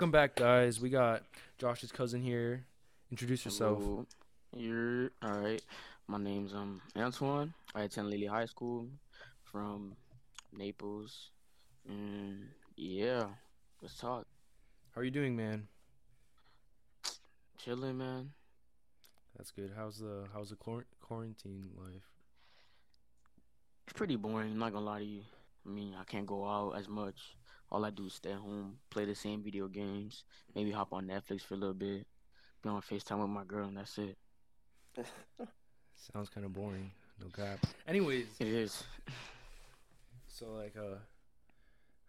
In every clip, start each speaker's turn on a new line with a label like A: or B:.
A: Welcome back, guys. We got Josh's cousin here. Introduce yourself.
B: Hello. You're all right. My name's um Antoine. I attend Lily High School from Naples. And yeah, let's talk.
A: How are you doing, man?
B: Chilling, man.
A: That's good. How's the how's the quar- quarantine life?
B: It's pretty boring. I'm not gonna lie to you. I mean, I can't go out as much. All I do is stay at home, play the same video games, maybe hop on Netflix for a little bit, be on Facetime with my girl, and that's it.
A: Sounds kind of boring. No cap. Anyways,
B: It is.
A: so like, uh,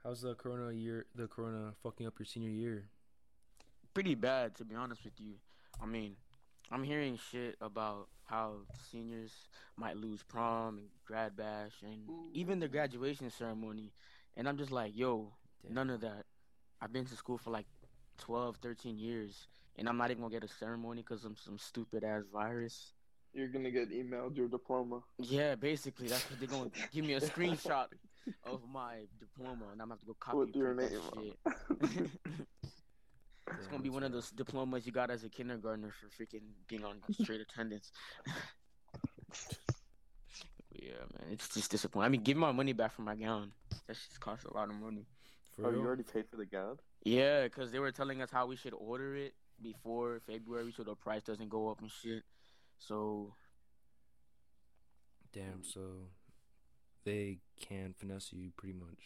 A: how's the corona year? The corona fucking up your senior year?
B: pretty bad to be honest with you. I mean, I'm hearing shit about how seniors might lose prom and grad bash and even the graduation ceremony. And I'm just like, yo,
A: Damn.
B: none of that. I've been to school for like 12, 13 years and I'm not even going to get a ceremony cuz I'm some stupid ass virus.
C: You're gonna get emailed your diploma.
B: Yeah, basically that's what they're going to give me a screenshot of my diploma and I'm going to have to go copy
C: With
B: and
C: your
B: print
C: name
B: that shit.
A: Damn,
B: It's gonna be
A: that's
B: one of
A: rough.
B: those diplomas you got as a kindergartner for freaking being on straight attendance. yeah, man, it's just disappointing. I mean, give me my money back for my gown. That shit's cost a lot of money.
A: For
C: Oh, you
A: real?
C: already paid for the gown?
B: Yeah, cause they were telling us how we should order it before February so the price doesn't go up and shit. So
A: Damn. So they can finesse you pretty much.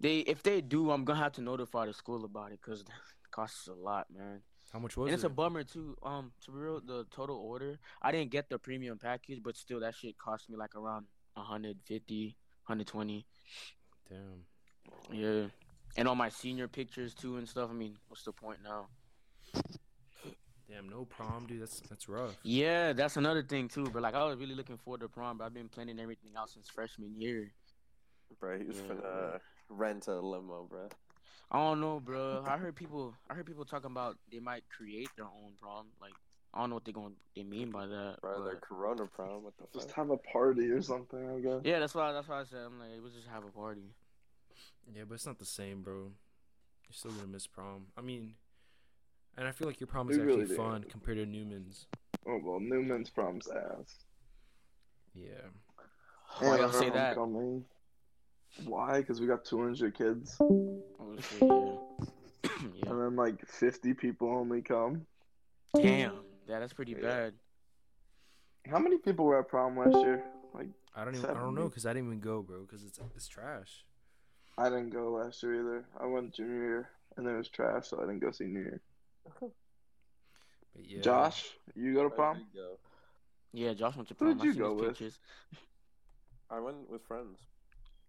B: they, if they do, I'm gonna have to notify the school about it, cause it costs a lot, man.
A: How much was
B: and it's
A: it?
B: a bummer too. Um, to be real, the total order, I didn't get the premium package, but still, that shit cost me like around 150, 120.
A: Damn.
B: Yeah, and all my senior pictures too and stuff. I mean, what's the point now?
A: Damn. No prom, dude. That's that's rough.
B: Yeah, that's another thing too. But like, I was really looking forward to prom, but I've been planning everything out since freshman year.
C: Bro, he was
B: Yeah.
C: finna uh, rent a limo, bro.
B: I don't know, bro. I heard people, I heard people talking about they might create their own prom. Like, I don't know what they going they mean by that.
C: Bro, their
B: but-
C: corona prom. What the
D: Just
C: fuck?
D: have a party or something, I guess.
B: Yeah, that's why. That's why I said I'm like, we'll just have a party.
A: Yeah, but it's not the same, bro. You're still gonna miss prom. I mean, and I feel like your prom is
D: We
A: actually
D: really do.
A: fun compared to Newman's.
D: Oh well, Newman's prom's ass.
A: Yeah.
B: Why
D: And
B: y'all say
D: her
B: that?
D: homecoming. Why? Because we got 200 kids,
B: Oh, shit, yeah. yeah.
D: and then like 50 people only come.
B: Damn. Yeah, that's pretty
D: Yeah.
B: bad.
D: How many people were at prom last year? Like,
A: I don't even. I don't know
D: Seventy.
A: because I didn't even go, bro. Because it's it's trash.
D: I didn't go last year either. I went junior year, and it was trash, so I didn't go senior year.
A: But yeah.
D: Josh, you go to
C: Where
D: prom?
C: did you go?
B: Yeah, Josh went to
D: Who
B: prom.
D: did
B: I
D: you
B: seen his
D: go with?
B: pictures.
C: I went with friends.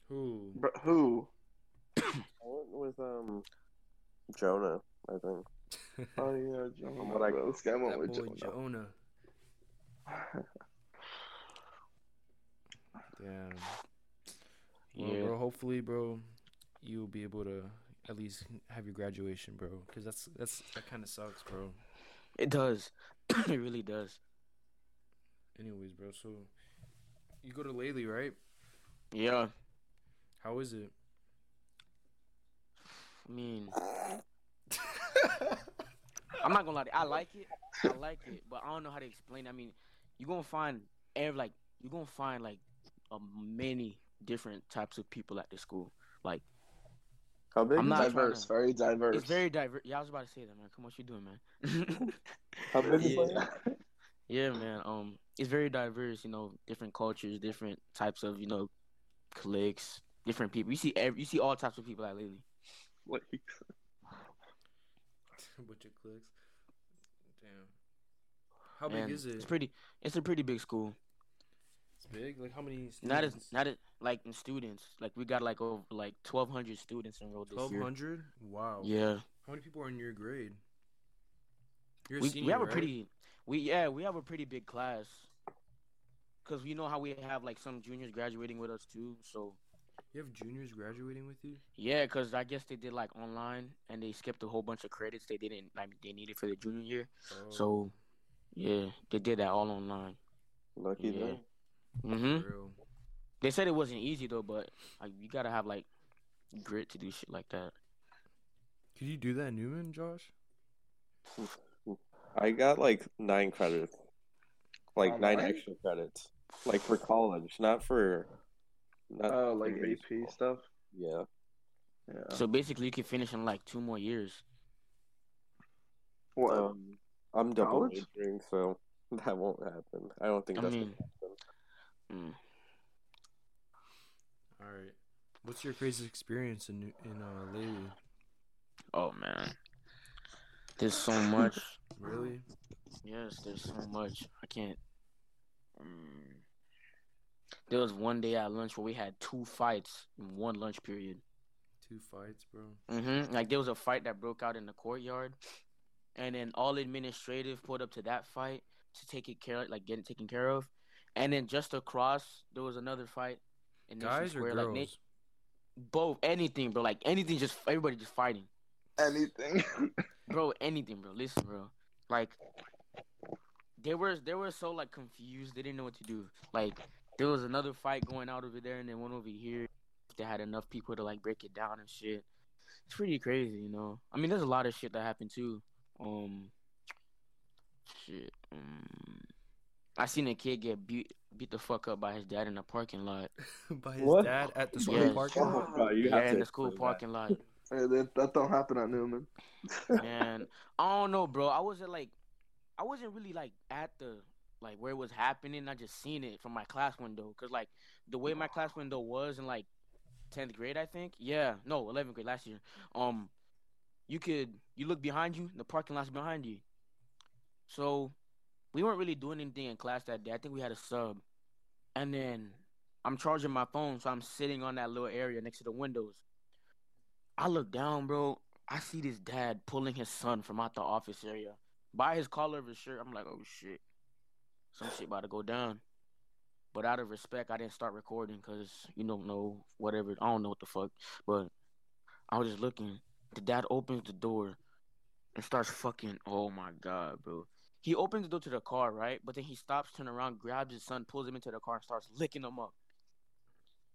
A: Who?
D: Bro, who?
C: I went with um Jonah, I think.
D: Oh yeah, Jonah.
C: What I-
D: bro. This guy went
A: that
D: with
A: boy
D: Jonah.
A: Jonah. Damn. Well,
B: Yeah.
A: bro. Hopefully, bro, you'll be able to at least have your graduation, bro. Because that's that's that kind of sucks, bro.
B: It does. it really does.
A: Anyways, bro. So you go to Laley, right?
B: Yeah.
A: How is it?
B: I mean, I'm not gonna lie. To you. I like it. I like it, but I don't know how to explain. it. I mean, you're gonna find ev like you're gonna find like a many different types of people at the school. Like
C: How big?
B: I'm not trying
D: diverse,
B: to-
D: very diverse.
B: it's very diverse. Yeah, I was about to say that, man. Come on, what you doing, man?
C: How big is
B: Yeah.
C: it?
B: Yeah, man. Um, it's very diverse. You know, different cultures, different types of you know, cliques, different people. You see, every, you see all types of people at Lily.
D: Like,
A: With your clicks. Damn. How big
B: And
A: is it?
B: It's pretty. It's a pretty big school.
A: It's big. Like how many?
B: Not as
A: students?
B: not as, like in students. Like we got like over like twelve hundred students enrolled this
A: Twelve
B: year.
A: hundred. Wow.
B: Yeah,
A: How many people are in your grade? You're a
B: we,
A: senior,
B: we have a
A: right?
B: pretty. We yeah we have a pretty big class. Cause you know how we have like some juniors graduating with us too. So
A: You have juniors graduating with you.
B: yeah, cause I guess they did like online and they skipped a whole bunch of credits they didn't like they needed for the junior year. So, yeah, they did that all online.
C: Lucky
B: Yeah.
C: yeah.
B: hmm
A: Oh, For real.
B: They said it wasn't easy though, but like you gotta have like grit to do shit like that.
A: Could you do that in Newman, Josh?
C: I got like nine credits, like
D: Online?
C: nine extra credits, like for college, not for. Not
D: Oh, like
C: for-
D: AP stuff.
C: Yeah.
D: Yeah.
B: So basically, you can finish in like two more years.
D: what?
C: Um, I'm double
D: College?
C: majoring, so that won't happen. I don't think
B: I
C: that's
B: mean-
C: gonna happen.
B: Mm.
A: All right. What's your craziest experience in New- in uh, Lady?
B: Oh man, there's so much.
A: Really?
B: Yes, there's so much. I can't.
D: Um,
B: Mm. There was one day at lunch where we had two fights in one lunch period.
A: Two fights, bro.
B: hmm Like there was a fight that broke out in the courtyard, and then all administrative pulled up to that fight to take it care, like get it taken care of, and then just across there was another fight. In Nation
A: Guys or
B: Square,
A: girls?
B: Like, na- both anything, bro. Like anything, just everybody just fighting,
D: Anything.
B: bro. Anything, bro. Listen, bro. Like they were they were so like confused. They didn't know what to do. Like there was another fight going out over there, and then one over here. They had enough people to like break it down and shit. It's pretty crazy, you know. I mean, there's a lot of shit that happened too. Um, shit. Um, I seen a kid get beat beat the fuck up by his dad in a parking lot.
A: By his
C: What?
A: dad at the school
B: Yes.
A: parking lot.
D: Oh,
C: Bro, you
B: yeah,
C: have to
B: in the school
C: explain that.
B: parking lot.
D: Hey, that, that don't happen at Newman.
B: Man, I don't know, bro. I wasn't like, I wasn't really like at the like where it was happening. I just seen it from my class window, cause like the way my class window was in like tenth grade, I think. Yeah, no, eleventh grade last year. Um, you could you look behind you, the parking lot's behind you. So we weren't really doing anything in class that day. I think we had a sub, and then I'm charging my phone, so I'm sitting on that little area next to the windows. I look down, bro. I see this dad pulling his son from out the office area by his collar of his shirt. I'm like, oh shit, some shit about to go down. But out of respect, I didn't start recording because you don't know whatever. I don't know what the fuck. But I was just looking. The dad opens the door and starts fucking. Oh my god, bro. He opens the door to the car, right? But then he stops, turns around, grabs his son, pulls him into the car, and starts licking him up.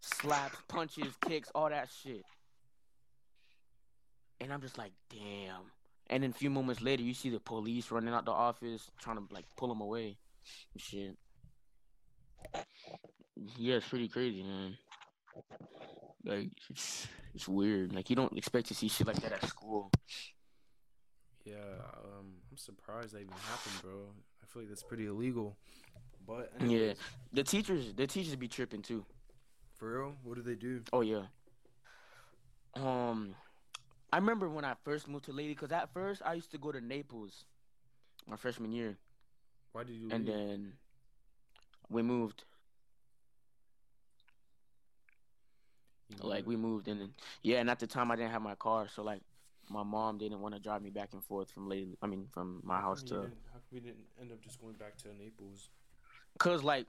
B: Slaps, punches, kicks, all that shit. And I'm just like, damn. And then a few moments later, you see the police running out the office, trying to like pull him away. and Shit. Yeah, it's pretty crazy, man. Like it's it's weird. Like you don't expect to see shit like that at school.
A: Yeah, um, I'm surprised that even happened, bro. I feel like that's pretty illegal. But
B: Yeah,
A: anyways,
B: the teachers the teachers be tripping too.
A: for real, what do they do?
B: Oh yeah. Um, I remember when I first moved to Lady, because at first I used to go to Naples, my freshman year,
A: Why did you?
B: and
A: leave?
B: then we moved.
A: You
B: like
A: know,
D: Mm.
B: we moved and then- yeah and at the time i didn't have my car so like my mom didn't want to drive me back and forth from lady i mean from my
A: how come
B: house
A: you
D: Oh,
B: to
A: didn't- How come we didn't end up just going back to Naples?
B: because like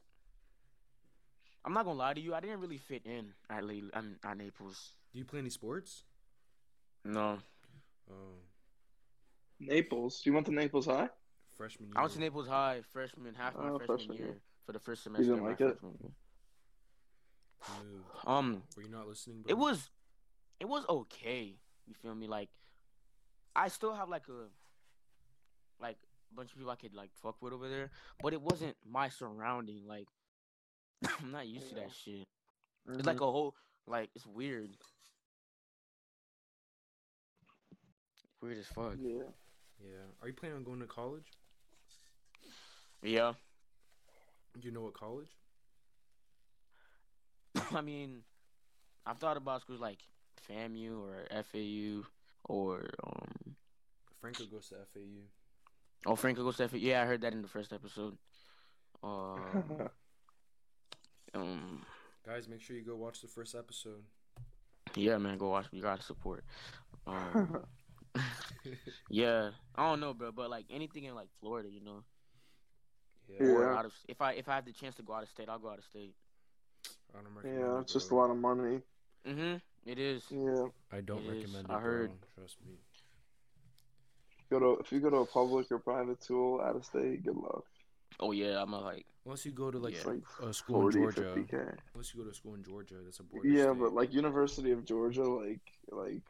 B: i'm not gonna lie to you i didn't really fit in at lady i mean at naples
A: Do you play any sports?
B: no
A: Oh,
D: Naples. You went to Naples High?
A: freshman year.
B: i went to naples high freshman half my
D: Oh,
B: freshman,
D: freshman
B: year
D: year.
B: for the first semester of
D: didn't
B: my
D: like it?
B: freshman year.
A: you moved.
B: um
A: Were you not listening? Bro?
B: it was it was okay you feel me like i still have like a like a bunch of people i could like fuck with over there but it wasn't my surrounding like i'm not used to that shit it's like a whole like it's weird weird as fuck
D: Mm-hmm. yeah.
A: Yeah. Are you planning on going to college?
B: yeah
A: Do you know what college?
B: i mean i've thought about schools like famu or fau or um
A: Franco goes to FAU.
B: oh franco goes to FAU. yeah i heard that in the first episode um um
A: Guys, make sure you go watch the first episode.
B: yeah man go watch me you gotta support um, yeah i don't know bro but like anything in like florida you know or
D: Yeah.
B: out of if i if i have the chance to go out of state i'll go out of state
A: I don't recommend
D: yeah,
A: it,
D: it's just a
A: bro.
D: lot of money.
B: mm-hmm it is
D: Yeah.
A: I don't
B: It is.
A: recommend it.
B: I heard.
A: bro, Trust me.
D: Go to if you go to a public or private school out of state, good luck.
B: oh yeah i'm a, like
A: Unless you go to like
B: Yeah.
D: It's like
A: a Oh, school
D: 40,
A: in Georgia.
D: 50K.
A: Unless you go to school in Georgia, that's a border.
D: Yeah,
A: state.
D: but like University of Georgia, like like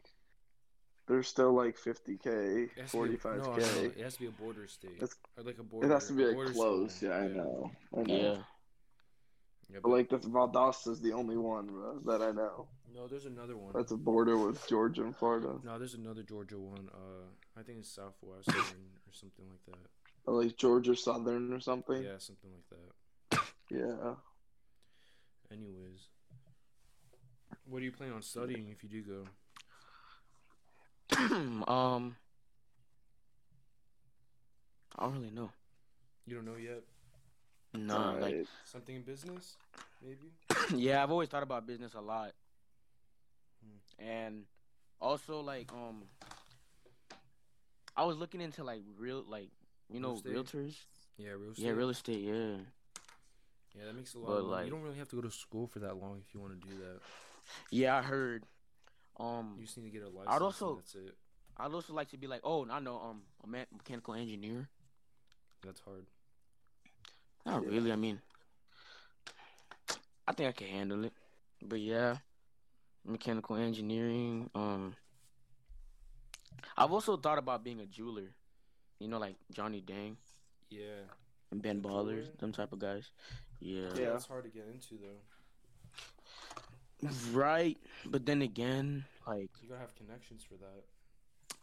D: there's still like 50k,
A: It has to be-
D: 45k.
A: no, no, it has to be a border state.
D: It's-
A: or like a border.
D: It has to be
A: a
D: like
A: border
D: close.
A: school.
D: Yeah, I know. I know.
B: Yeah.
A: Yeah,
D: But
A: but-
D: like the Valdosta's the only one bro, that I know.
A: no, there's another one.
D: That's a border with Georgia and Florida.
A: No, there's another Georgia one. Uh, I think it's Southwestern or something like that.
D: Or like Georgia Southern or something.
A: Yeah, something like that.
D: Yeah.
A: Anyways, what do you plan on studying if you do go?
B: um, I don't really know.
A: You don't know yet.
B: No, like
D: Alright.
A: Something in business, maybe.
B: yeah, I've always thought about business a lot,
A: Hmm.
B: and also like um, I was looking into like real like you
A: Real
B: know
A: estate?
B: realtors.
A: Yeah, real estate.
B: Yeah, real estate. Yeah,
A: Yeah, that makes a lot.
B: But,
A: of money.
B: like-
A: you don't really have to go to school for that long if you want to do that.
B: yeah. I heard. Um,
A: You just need to get a license.
B: I'd
A: and
B: also-
A: that's it.
B: I'd also like to be like, oh, I know, um, a me- mechanical engineer.
A: That's hard.
B: Not
D: Yeah.
B: really. I mean, I think I can handle it. But yeah, mechanical engineering. Um, I've also thought about being a jeweler. You know, like Johnny Dang
A: Yeah.
B: and Ben
A: A
B: Ballers,
A: jeweler?
B: them type of guys. Yeah.
D: Yeah.
A: That's hard to get into though.
B: Right. But then again, like,
A: You gotta have connections for that.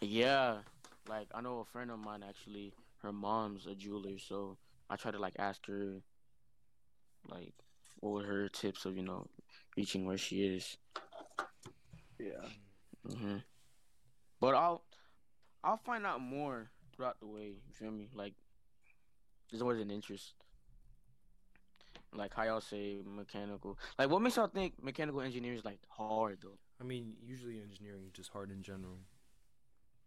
B: yeah, like I know a friend of mine actually. Her mom's a jeweler, so I try to like ask her, like, what were her tips of you know reaching where she is.
D: Yeah.
B: hmm But I'll I'll find out more throughout the way. You feel me? Like there's always an interest. Like how y'all say mechanical. Like what makes y'all think mechanical engineering is like hard though?
A: I mean, usually engineering is just hard in general.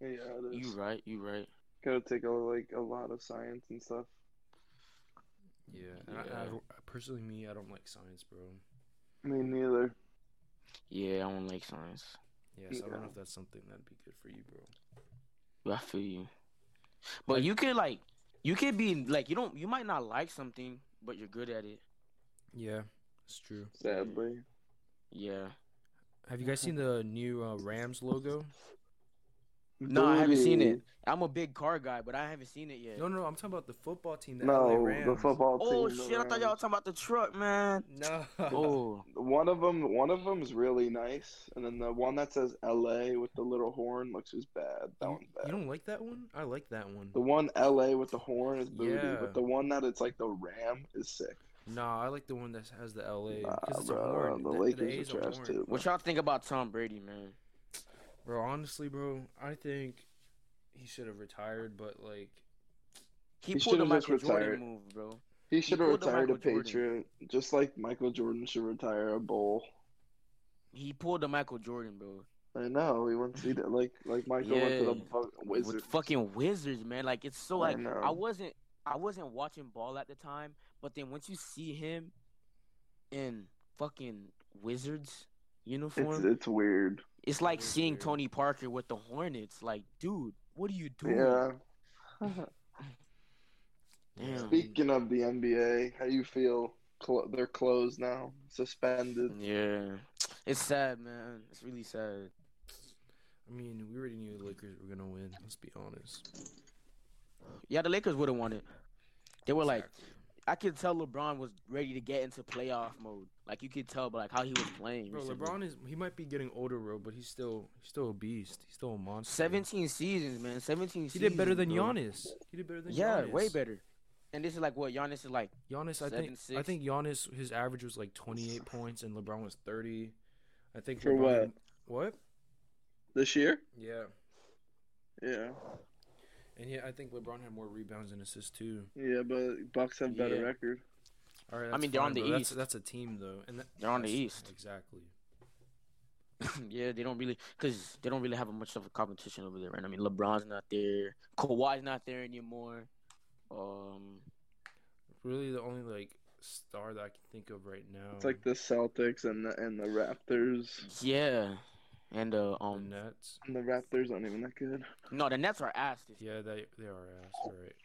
D: Yeah, it
B: You
D: is.
B: right? You right?
D: Gotta take a, like a lot of science and stuff.
A: Yeah. and I- I
B: Yeah.
A: don't- personally, me, I don't like science, bro.
D: Me neither.
B: Yeah, I don't like science.
A: Yeah, so I don't know
D: Yeah.
A: if that's something that'd be good for you, bro.
B: But I feel you. But you could like you could be like you don't you might not like something, but you're good at it.
A: Yeah, it's true.
D: Sadly.
B: Yeah.
A: Have you guys seen the new uh, Rams logo?
B: No, I haven't seen it.
D: Booty.
B: I'm a big car guy, but I haven't seen it yet.
A: No, no, I'm talking about the football team. The LA
D: No,
A: Rams.
D: the football team.
B: oh
D: the
B: shit, I thought y'all were
D: Rams.
B: talking about the truck, man.
A: No.
B: Oh.
D: One of them, one of them's really nice, and then the one that says LA with the little horn looks is bad. That
A: you,
D: one's
A: you
D: bad.
A: don't like that one? I like that one.
D: The one LA with the horn is booty,
A: Yeah.
D: but the one that it's like the ram is sick.
A: Nah, I like the one that has the LA.
D: Nah,
A: because it's a
D: bro,
A: horn.
D: the
A: The,
D: Lakers
A: A's
D: are
A: a
D: trash
A: horn.
D: too.
B: What y'all think about Tom Brady, man?
A: Bro, honestly, bro, I think he should have retired, but like,
B: He,
D: He
B: pulled a
D: should've just
B: Michael Jordan
D: retired.
B: move, bro.
D: He should have
B: pulled a
D: retired a
B: Michael Jordan.
D: Patriot, just like Michael Jordan should retire a bowl.
B: He pulled a Michael Jordan, bro.
D: I know he went to the, like like Michael went to the
B: Yeah.
D: fuck-
B: With
D: Wizards.
B: fucking Wizards, man. Like it's so
D: I
B: like
D: know.
B: I wasn't I wasn't watching ball at the time, but then once you see him in fucking Wizards
D: It's
B: uniform, it's,
D: it's weird.
B: like
A: Weird,
B: seeing
A: weird.
B: Tony Parker with the Hornets. Like, dude, what are you doing?
D: Yeah.
A: yeah, I mean,
D: Speaking of the NBA, how you feel? Cl- they're closed now, suspended.
B: Yeah. It's sad, man. It's really sad.
A: I mean, we already knew the Lakers were gonna win. Let's be honest.
B: Yeah, the Lakers would have won it. They were like
A: Exactly.
B: I could tell LeBron was ready to get into playoff mode. Like you could tell, but like how he was playing.
A: Bro,
B: recently.
A: LeBron is he might be getting older, bro, but he's still he's still a beast. He's still a monster.
B: seventeen seasons, man, seventeen.
A: He did better
B: seasons,
A: than
B: bro.
A: Giannis. He did better than
B: Yeah,
A: Giannis.
B: way better. And this is like what Giannis is like.
A: Giannis, I
B: Seven,
A: think I
B: six.
A: think Giannis his average was like 28 points and LeBron was 30. I think
D: For
A: LeBron, what?
D: This year?
A: Yeah.
D: Yeah.
A: And yeah, I think LeBron had more rebounds and assists too.
D: Yeah, but Bucks have better
B: Yeah.
D: record.
A: All right.
B: I
A: that's
B: mean, they're on
A: fine,
B: the
A: bro. That's,
B: East.
A: that's a team though. And that,
B: They're on the
A: that's-
B: East.
A: Exactly.
B: yeah, they don't really, cause they don't really have much of a competition over there, right? I mean, LeBron's not there, Kawhi's not there anymore. Um,
A: Really the only like star that I can think of right now.
D: It's like the Celtics and the and the Raptors.
B: yeah, and uh,
A: the
B: um,
A: Nets.
D: And the Raptors aren't even that good.
B: no, the Nets are ass this
A: Yeah, they they are ass, all right.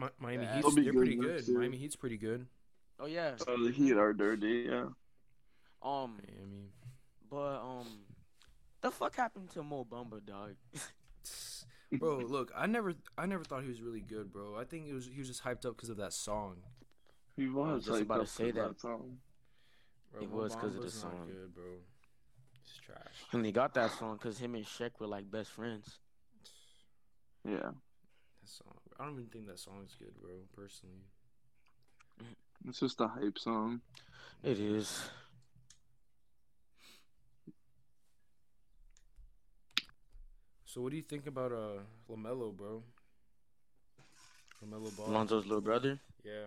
A: Mi- Miami
B: Yeah.
A: Heat's
D: They'll be
A: they're
D: good
A: pretty
D: next
A: good.
D: year.
A: Miami Heat's pretty good.
B: Oh yeah.
D: Oh, the Heat are dirty. Yeah.
B: Um,
A: Miami.
B: but um, The fuck happened to Mo Bamba, dog?
A: bro, look, I never, I never thought he was really good, bro. I think it was he was just hyped up because of that song.
D: He
B: was
D: was,
B: just
D: hyped
B: about to
D: up
B: say
D: 'cause
B: that.
D: song.
A: Bro,
B: It
A: Mo
B: was 'cause of the
A: Bamba's not
B: song.
A: good, bro. It's trash.
B: And they got that song because him and Shek were like best friends.
D: Yeah,
A: That song. I don't even think that song's good, bro. Personally,
D: it's just a hype song.
B: It is.
A: So what do you think about uh Lamelo, bro? Lamelo Ball.
B: Lonzo's little brother.
A: Yeah,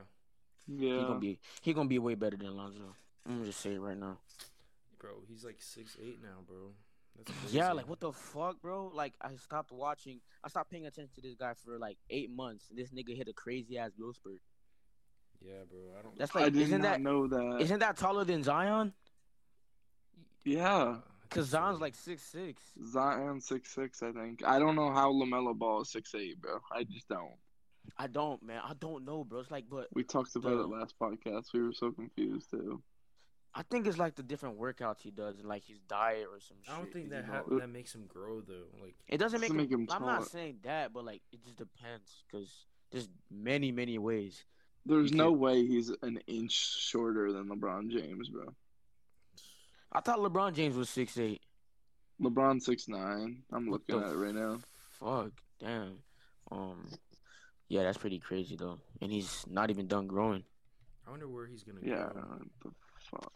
D: Yeah,
B: He gonna be he gonna be way better than Lonzo. I'm gonna just say it right now.
A: bro. He's like six eight now, bro. That's crazy.
B: Yeah, like what the fuck, bro? Like I stopped watching. I stopped paying attention to this guy for like eight months. And this nigga hit a crazy ass growth spurt.
A: Yeah, bro. I don't.
B: That's
D: I
B: like
D: did
B: isn't
D: not
B: that
D: know that.
B: not that taller than Zion?
D: yeah,
A: I think
B: Cause
A: so.
B: Zion's uh, like six six.
D: Zion six six. I think I don't know how Lamelo Ball is six eight, bro. I just don't.
B: I don't, man. I don't know, bro. It's like, but
D: We talked about
B: Duh.
D: it last podcast. We were so confused too.
B: I think it's like the different workouts he does and like his diet or some shit.
A: I don't think
B: you
A: that
B: know?
A: ha-
D: know-
A: that makes him grow though. Like
B: It doesn't make,
D: Doesn't
B: him,
D: make him
B: I'm not
D: taller.
B: saying that, but like it just depends because there's many, many ways.
D: There's
B: You
D: no way he's an inch shorter than LeBron James, bro.
B: I thought LeBron James was six eight.
D: LeBron six nine. I'm
B: What
D: looking
B: the
D: at it right now.
B: Fuck, damn. Um, yeah, that's pretty crazy though, and he's not even done growing.
A: I wonder where he's gonna
D: Yeah,
A: go.
D: what the fuck.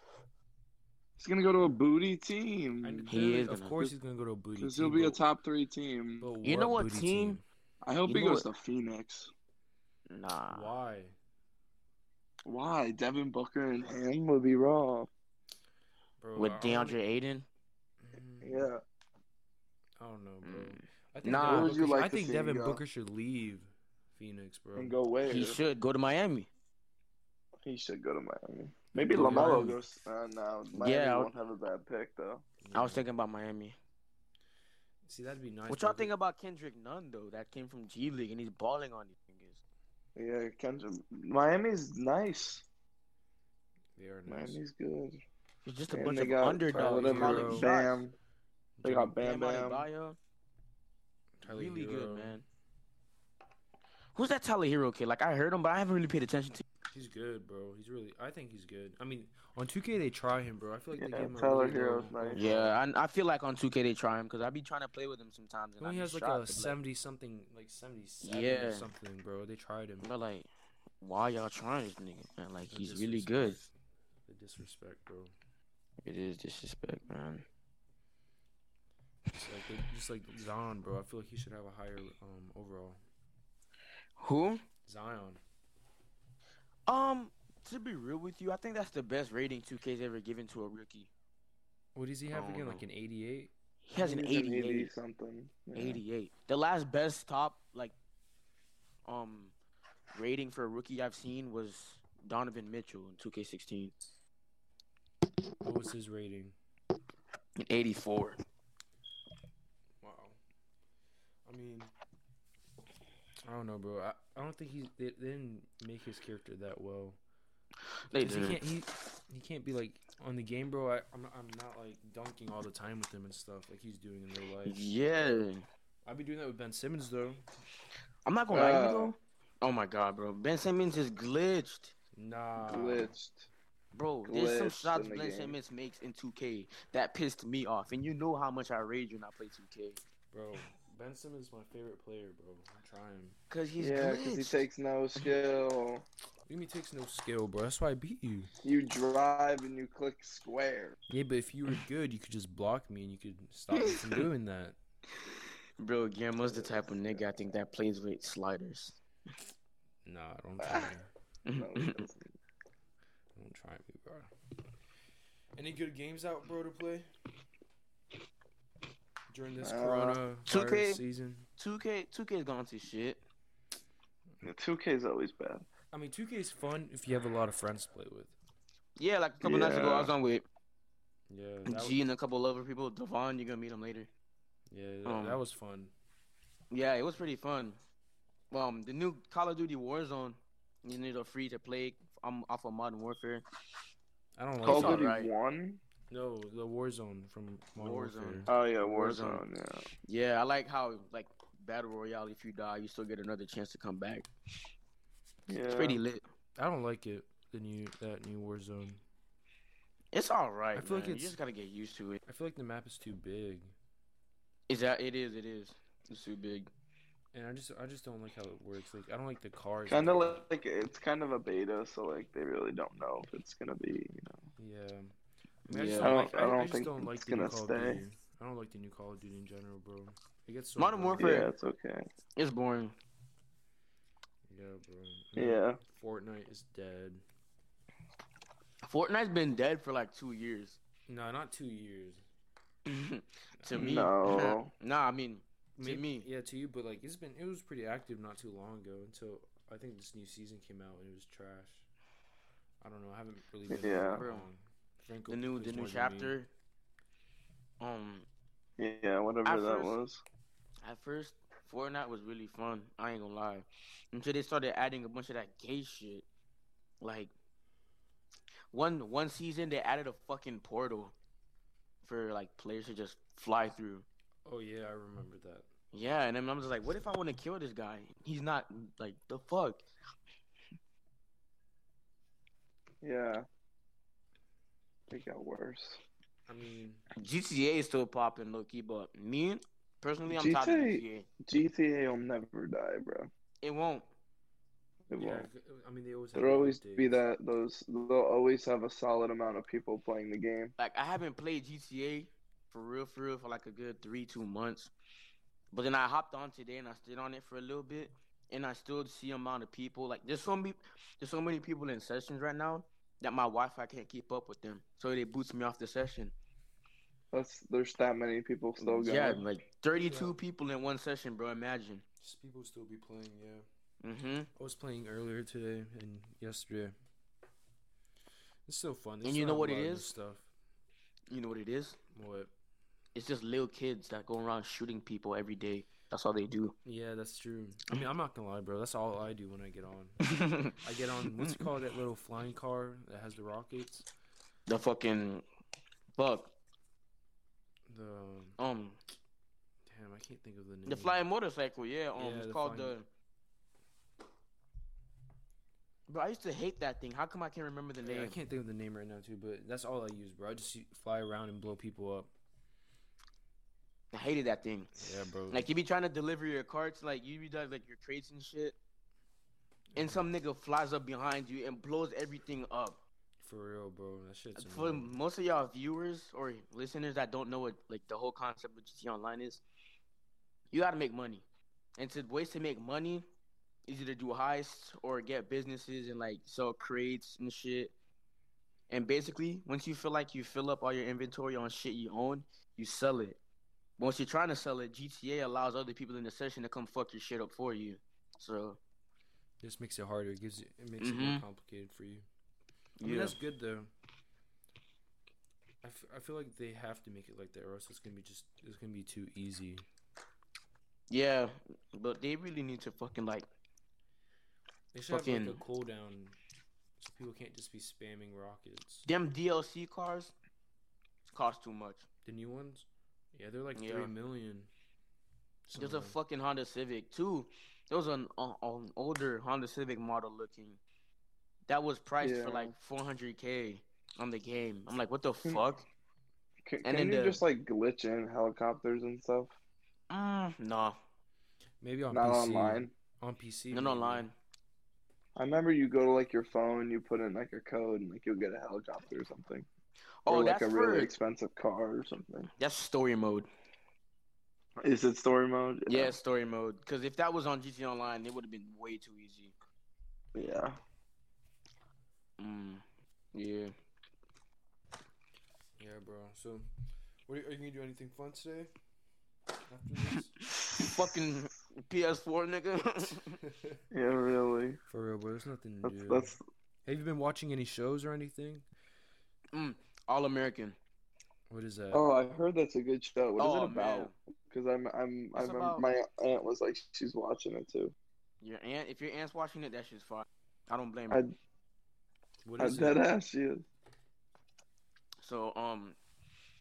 D: He's gonna go to a booty team.
A: I kn-
B: He
A: clearly-
B: is
A: of
B: gonna-
A: course, he's gonna go to a booty.
D: Because
A: team,
D: he'll be a
A: but-
D: top three team.
A: but
B: You know what
A: booty
B: team?
D: I hope
B: You
D: he
B: know
D: goes
B: what-
D: to Phoenix.
B: Nah,
A: Why?
D: Why? Devin Booker and him would be raw.
A: Bro,
B: with
A: I- I don't-
B: DeAndre Aiden.
A: Mm,
D: Yeah.
A: I don't know, bro.
B: Mm.
A: I think
B: Nah.
A: Devin
B: Where
D: would you
A: Booker-
D: like
A: I
D: to
A: think
D: see him
A: Devin
D: go?
A: Booker should leave Phoenix, bro.
D: And go where?
B: He should go to Miami.
D: He should go to Miami. Maybe
A: Yeah.
D: LaMelo goes. Uh, no, Miami
B: Yeah, I-
D: won't have a bad pick, though.
A: Yeah.
B: I was thinking about Miami.
A: See, that'd be nice.
B: What
A: bro,
B: y'all
A: if
B: think
A: he-
B: about Kendrick Nunn though? That came from G League and he's balling on these niggas.
D: Yeah, Kendrick. Miami's nice.
A: They are nice.
D: Miami's good.
B: It's just a
D: And
B: bunch
D: they
B: of
D: got
B: underdogs.
D: Tyler
A: calling
D: Hero.
A: shots.
D: Bam. They got Bam
B: Bam
D: Bam.
B: Adebayo,
A: Tyler
B: really
A: Hero.
B: good man. Who's that Tyler Hero kid? Like I heard him, but I haven't really paid attention to.
A: He's good, bro. He's really. I think he's good. I mean, on 2K they try him, bro. I feel like they
D: Yeah,
A: give him
D: Tyler
A: a really
D: Hero's
A: low-
D: nice.
B: Yeah, I, I feel like on 2K they try him because I be trying to play with him sometimes.
A: He
B: And I
A: only
B: be
A: has like
B: shocked,
A: a
B: but,
A: seventy something, like seventy seven
B: Yeah.
A: or something, bro. They tried him.
B: But like, why y'all trying this nigga? Man, like
A: The
B: he's really good.
A: disrespect. The disrespect, bro.
B: It is disrespect, man.
A: Just like they, just like Zion, bro. I feel like he should have a higher um overall.
B: Who?
A: Zion.
B: Um, to be real with you, I think that's the best rating 2K's ever given to a rookie.
A: What does he have
B: I don't
A: again?
B: know.
A: Like an eighty-eight.
B: He has an
D: He's
B: 88.
D: 80 something. Yeah.
B: 88. The last best top like um rating for a rookie I've seen was Donovan Mitchell in 2K16.
A: What was his rating?
B: An 84.
A: Wow. I mean, I don't know, bro. I, I don't think he they, they didn't make his character that well.
B: They
A: 'Cause He can't
B: did.
A: he, he can't be like on the game, bro. I I'm not, I'm not like dunking all the time with him and stuff like he's doing in real life.
B: Yeah.
A: I'd be doing that with Ben Simmons though.
B: I'm not gonna lie to you
D: Uh.
B: though. Oh my god, bro. Ben Simmons is glitched.
A: Nah.
D: Glitched.
B: Bro, there's some
D: Glitched
B: shots
D: in the
B: Ben
D: game.
B: Simmons makes in 2K that pissed me off. And you know how much I rage when I play 2K.
A: Bro, Ben Simmons is my favorite player, bro. I'm trying.
B: Cause he's
D: yeah, because
B: glitched.
D: he takes no skill.
A: You mean takes no skill, bro. That's why I beat you.
D: You drive and you click square.
A: Yeah, but if you were good, you could just block me and you could stop me from doing that.
B: Bro, Guillermo's the type of nigga I think that plays with sliders.
A: Nah, don't try me.
D: No, he doesn't.
A: Don't try me, bro. Any good games out, bro, to play during this
D: Uh,
A: Corona
B: 2K.
A: season?
B: 2K, 2K's gone to shit.
D: Yeah, 2K is always bad.
A: I mean, 2K is fun if you have a lot of friends to play with.
B: Yeah, like a couple nights ago, I
D: Yeah.
B: was on with
A: Yeah, that was,
B: G and a couple other people. Devon, you're gonna meet him later.
A: yeah, that,
B: um,
A: that was fun.
B: Yeah, it was pretty fun. Um, the new Call of Duty Warzone, you need a free to play. I'm um, off of Modern Warfare.
A: I don't like
D: Call
B: it's
D: of Duty
B: alright.
D: 1?
A: No, the Warzone from Modern
B: Warzone.
A: Warfare.
D: Oh yeah,
B: Warzone.
D: Warzone. Yeah.
B: Yeah, I like how like battle royale. If you die, you still get another chance to come back.
D: Yeah.
B: It's pretty lit.
A: I don't like it. The new that new Warzone.
B: It's all right.
A: I feel like
B: man.
A: it's-
B: you just gotta get used to it.
A: I feel like the map is too big,
B: Is that it is it is. It's too big.
A: and I just I just don't like how it works. Like I don't like the cars.
D: Kind of like, like it's kind of a beta, so like they really don't know if it's gonna be. You know.
A: Yeah. I, mean, I
B: Yeah.
A: just
D: I
A: don't, like,
D: don't-
A: I,
D: I don't
A: I just
D: think
A: don't like
D: it's
A: the new
D: gonna
A: Call of
D: stay.
A: Duty. I don't like the new Call of Duty in general, bro. It gets so
B: Modern
A: boring.
B: Warfare-
D: Yeah, it's okay.
B: It's boring.
A: Yeah, bro.
D: Yeah.
A: Fortnite is dead.
B: Fortnite's been dead for like two years.
A: No, not two years.
B: to me,
D: No.
B: nah. I mean, To
A: May-
B: me.
A: yeah, to you, but like it's been it was pretty active not too long ago until I think this new season came out and it was trash. I don't know. I haven't really been
D: Yeah.
A: that
B: Bro.
A: long. Franco
B: the new
A: plays
B: the new
A: more than me.
B: chapter. Um,
D: Yeah, whatever
B: At
D: that
B: first-
D: was.
B: at first, Fortnite was really fun. I ain't gonna lie. Until they started adding a bunch of that gay shit. Like one one season, they added a fucking portal for like players to just fly through.
A: Oh yeah, I remember that.
B: Yeah, and then I'm just like, what if I want to kill this guy? He's not like the fuck.
D: Yeah. It got worse.
A: I mean,
B: GTA is still popping, low key, but me personally, I'm tired of
D: GTA
B: GTA.
D: GTA will never die, bro.
B: It won't.
D: It
A: yeah,
D: won't.
A: I mean they always have
D: There'll always
A: updates.
D: be that those. They'll always have a solid amount of people playing the game.
B: Like I haven't played GTA for real, for real, for like a good three, two months. But then I hopped on today and I stayed on it for a little bit, and I still see amount of people. Like there's so many, there's so many people in sessions right now that my Wi-Fi can't keep up with them, so they boots me off the session.
D: That's there's that many people still going.
B: yeah, like 32
A: Yeah.
B: people in one session, bro. Imagine.
A: Just people still be playing. Yeah,
B: hmm
A: I was playing earlier today and yesterday. It's so fun. They
B: And you
A: still
B: know
A: have a
B: what it
A: lot of new
B: is?
A: Stuff.
B: You know what it is?
A: What?
B: It's just little kids that go around shooting people every day. That's all they do.
A: Yeah, that's true. I mean, I'm not gonna lie, bro. That's all I do when I get on. I
B: I
A: get on what's it called that little flying car that has the rockets.
B: the fucking fuck.
A: The
B: Um,
A: damn, I can't think of the name.
B: The flying motorcycle, yeah. Um,
A: Yeah,
B: it's
A: the
B: called
A: flying-
B: the. Bro, I used to hate that thing. How come I can't remember the
A: Yeah, I
B: name?
A: can't think of the name right now too, but that's all I use, bro. I just fly around and blow people up.
B: I, hated that thing.
A: Yeah, bro.
B: Like you be trying to deliver your carts, like you be doing like your crates and shit, and some nigga flies up behind you and blows everything up.
A: for real, bro. That shit's
B: For
A: annoying.
B: most of y'all viewers or listeners that don't know what like the whole concept of GT Online is, you gotta make money, and to ways to make money is either do heists or get businesses and like sell crates and shit. And basically, once you feel like you fill up all your inventory on shit you own, you sell it. Once you're trying to sell it, GTA allows other people in the session to come fuck your shit up for you. So
A: This makes it harder. It gives it, it makes it more
B: Mhm.
A: complicated for you. I mean,
B: yeah,
A: that's good though. I, f- I feel like they have to make it like that, or else it's gonna be just it's gonna be too easy.
B: yeah, but they really need to fucking like
A: They should have like
B: Fucking-
A: a cooldown, so people can't just be spamming rockets.
B: them DLC cars cost too much.
A: The new ones, yeah, they're like
B: Yeah.
A: three million.
B: There's a
A: somewhere.
B: fucking Honda Civic too. There was an, an an older Honda Civic model looking that was priced
D: Yeah.
B: for like 400k on the game. I'm like, what the
D: Hmm.
B: fuck? And
D: Can, can
B: then
D: you
B: the-
D: just like glitch in helicopters and stuff?
B: Mm, no, Oh,
A: Maybe on
D: Not
A: PC.
D: online.
A: On PC.
B: not
A: maybe.
B: online.
D: I remember you go to like your phone, you put in like a code, and like you'll get a helicopter or something.
B: Oh,
D: or like
B: that's
D: a
B: for
D: really expensive car or something.
B: that's story mode.
D: Is it story mode?
B: Yeah, story mode. Because if that was on GT Online, it would have been way too easy.
D: Yeah.
B: Mm, yeah.
A: Yeah, bro. So, what are you, are you gonna do? Anything fun today? After
B: fucking PS4, nigga.
A: this?
D: Yeah, really.
A: For real, bro. There's nothing to
D: That's
A: do.
D: that's
A: Have you been watching any shows or anything?
B: All American.
A: What is that?
D: Oh, I heard that's a good show. What is
B: Oh,
D: it about? Because I'm I'm I
B: It's
D: remember
B: about-
D: my aunt was like she's watching it too.
B: Your aunt, if your aunt's watching it, that shit's fine. I don't blame her.
D: I,
A: What
D: I
A: is
D: dead
A: it?
D: ass she is.
B: So um,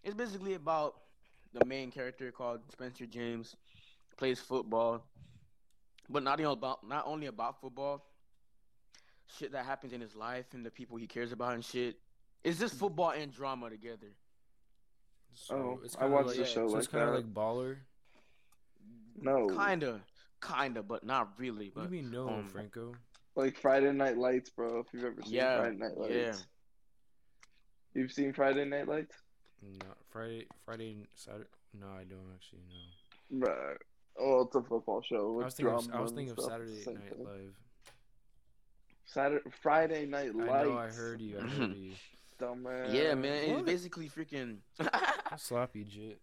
B: it's basically about the main character called Spencer James, plays football, but not only about not only about football. Shit that happens in his life and the people he cares about and shit. It's just football and drama together.
A: So
D: Oh,
A: it's
D: I
A: kinda
D: watched
A: like,
D: the show
A: so it's
D: like
A: kind of
D: that.
A: like baller.
D: No,
B: Kinda, kinda, but not really.
A: What
B: But
A: do you mean no,
B: um,
A: Franco?
D: like Friday Night Lights, bro. If you've ever seen
B: Yeah,
D: Friday Night Lights,
B: yeah.
D: you've seen Friday Night Lights,
A: Not Friday, Friday, and Saturday. No, I don't actually know.
D: bro. Oh, it's a football show.
A: I
D: with
A: was thinking, of,
D: drama
A: I was
D: and
A: thinking of
D: stuff,
A: Saturday
D: same
A: Night
D: thing.
A: Live.
D: Saturday, Friday Night Lights.
A: I know, I heard you. I heard you.
D: Dumbass.
B: yeah, man, it's
A: what?
B: basically freaking.
A: I'm sloppy, Jit.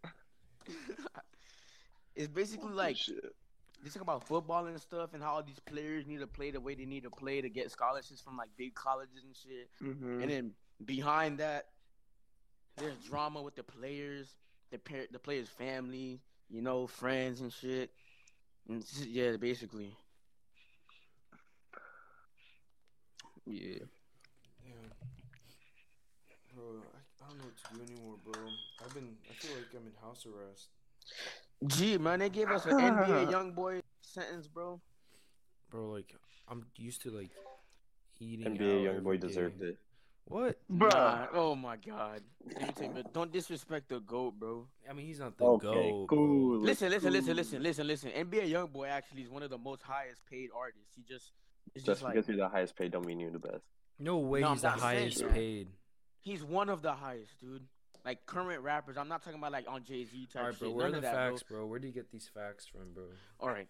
B: it's basically like
D: Shit.
B: they talk about football and stuff and how all these players need to play the way they need to play to get scholarships from like big colleges and shit.
D: Mhm.
B: And then behind that, there's drama with the players, the par- the players' family, you know, friends and shit. And it's just- yeah, basically. Yeah.
A: Yeah. Bro, I, I don't know what to do anymore, bro. I've been, I feel like I'm in house arrest.
B: Gee, man, they gave us an NBA young boy sentence, bro.
A: Bro, like, I'm used to, like, eating.
C: NBA
A: out
C: YoungBoy
A: every
C: deserved
A: day.
C: it.
A: What?
D: Bruh.
B: Nah, oh my god. Let me tell you, but don't disrespect the goat, bro.
A: I mean, he's not the
C: Okay,
A: GOAT, bro.
D: cool.
B: Listen, listen, listen,
D: Ooh.
B: listen, listen, listen. NBA YoungBoy actually is one of the most highest paid artists. He just, it's just
C: Just because
B: like
C: you're the highest paid, don't mean you're the best.
A: No way
B: No, I'm
A: he's the
B: not saying
A: highest
D: that.
A: paid.
B: he's one of the highest, dude. Like current rappers. I'm not talking about like on Jay Z type
A: Alright, bro,
B: shit.
A: where
B: None
A: are the
B: of that,
A: facts,
B: bro.
A: bro? Where do you get these facts from, bro?
B: All right,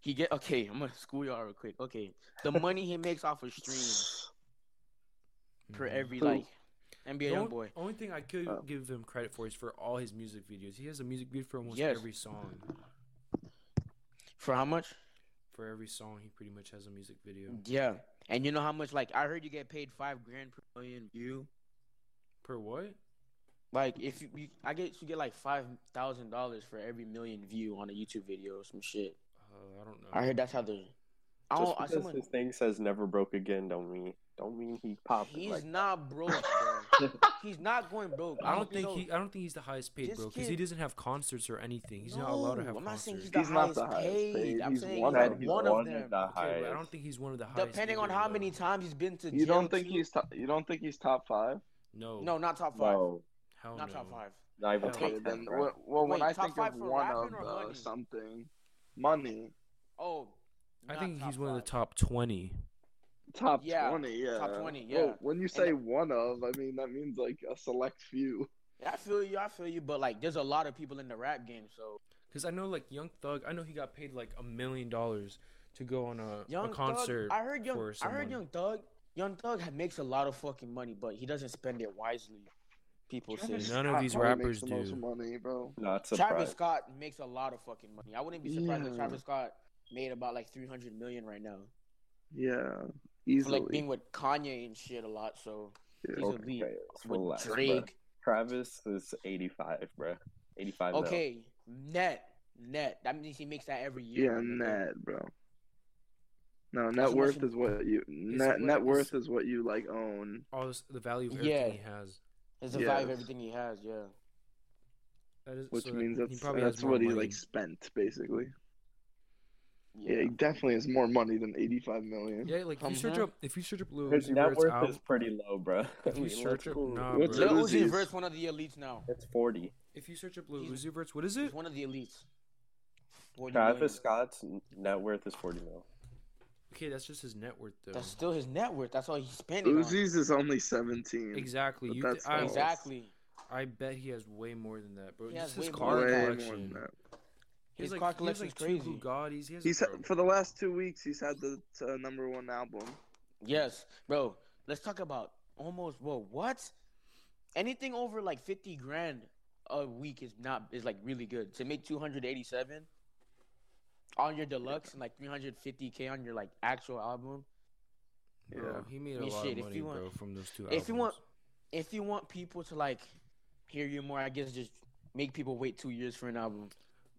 B: he get okay. I'm gonna school y'all real quick. Okay, the money he makes off of streams per
A: Mhm.
B: every
D: Who?
B: like NBA
A: The only,
B: YoungBoy.
A: only thing I could
D: Oh.
A: give him credit for is for all his music videos. He has a music video for almost
B: Yes.
A: every song.
B: For how much?
A: For every song, he pretty much has a music video
B: Yeah. And you know how much? Like I heard you get paid five grand per million view.
A: per what?
B: Like if you, you I guess you get like five thousand dollars for every million view on a YouTube video or some shit.
A: Uh, I don't know.
B: I heard that's how the. I
C: Just
B: don't. I,
C: because
B: someone,
C: his thing says never broke again, don't mean don't mean he popped.
B: he's
C: like,
B: not broke. Bro. he's not going broke.
A: I
B: I'm
A: don't
B: gonna
A: think
B: be
A: he. I don't think he's the highest paid,
B: This
A: bro, because he
B: kid-
A: doesn't have concerts or anything. He's not allowed to
B: No,
A: have
B: I'm not
A: concerts.
B: saying
D: He's not
B: highest
D: the highest
B: paid.
D: paid.
B: I'm
D: He's
B: saying
D: one
B: he's
D: of-
B: like
D: he's
B: one of
C: one of
B: them.
C: the
A: Okay, but I
C: highest.
A: don't think he's one of the highest.
B: Depending on
A: either,
B: how
A: bro.
B: many times he's been to
D: You don't
B: jail,
D: think
B: too.
D: he's top, you don't think he's top five?
A: No.
B: No, not top five.
C: no,
A: Hell
B: not
A: no.
B: top five.
C: not even
A: No.
C: top
D: Okay,
A: Top
C: ten.
D: then
C: Bro.
D: well, well when
B: Wait,
D: I
B: top
D: think
B: five
D: of
B: for
D: one
B: rapping
D: of
B: or
D: uh,
B: money?
D: something, money
B: Oh.
A: I
B: not
A: think
B: top
A: he's one of the
B: five.
A: top twenty.
D: top
B: Yeah,
D: twenty, yeah,
B: top 20, yeah.
D: Well, when you say
B: the-
D: one of, I mean that means like a select few.
B: Yeah, I feel you. I feel you. But like, there's a lot of people in the rap game. So
A: Because I know, like Young Thug, I know he got paid like a million dollars to go on a,
B: Young
A: a concert.
B: Thug, I heard Young.
A: for
B: I heard
A: someone.
B: Young Thug. Young Thug ha- makes a lot of fucking money, but he doesn't spend it wisely. People say.
A: None of
D: Scott
A: these
D: probably
A: rappers
D: makes the most
A: do.
D: money, bro.
C: Not
B: Travis
C: surprised.
B: Scott makes a lot of fucking money. I wouldn't be surprised if
D: Yeah.
B: Travis Scott made about like 300 million right now.
D: Yeah,
B: For,
D: easily.
B: like being with Kanye and shit a lot. So he's a lead. With
C: relax, bro.
B: Drake.
C: Travis is eighty-five, bro. Eighty-five. mil.
B: Okay, net, net. That means he makes that every year.
D: yeah, net, bro. No, net
B: That's what
D: worth
B: she-
D: is what you net
A: what-
D: net worth
A: is-
D: is what you like own.
A: All this, the value of everything
B: Yeah.
A: he has.
B: It's the value of
D: Yes.
B: everything he has. Yeah.
A: That is,
D: Which
A: so that-
D: means
A: he
D: that's
A: probably
D: that's
A: has more
D: what he
A: money.
D: like spent basically. Yeah. he definitely has more money than eighty five million.
A: Yeah, like if you search
B: Mhm.
A: up if you search up Lil
C: His
A: Uzi
C: net
A: Vert's
C: worth
A: album,
C: is pretty low, bro.
A: If you
C: Let's
A: search up-
C: cool.
A: nah,
D: What's
A: bro.
B: Lil
D: Uzi's-
B: Uzi verse one of the elites now.
C: It's forty.
A: if you search up Lil
B: He's-
A: Uzi Vert's, what is
B: He's
A: it?
B: one of the elites. What do you
C: Travis
B: mean?
C: Scott's net worth is forty mil.
A: Okay, that's just his net worth though.
B: That's still his net worth. That's all he's spending. on.
D: Uzi's is only seventeen.
A: Exactly.
D: But
A: You
D: that's
A: th- I,
D: false.
B: Exactly.
A: I bet he has way more than that, bro.
B: He
A: Just
B: has
A: his
B: way
A: car
B: more than that.
A: collection.
D: that.
A: He has, like,
B: His car
A: he has,
B: collection's
A: like, two
B: crazy.
A: Bugattis. He has,
D: He's
A: bro.
D: for the last two weeks. He's had the uh, number one album.
B: Yes, bro. Let's talk about almost. Whoa, what? Anything over like fifty grand a week is not is like really good. To make two hundred eighty seven on your deluxe and like three hundred fifty k on your like actual album.
A: bro,
D: Yeah.
A: He made a
B: I mean,
A: lot
B: shit, if
A: of money,
B: you want-
A: bro, from those two albums.
B: if you want- If you want people to like hear you more, I guess just make people wait two years for an album.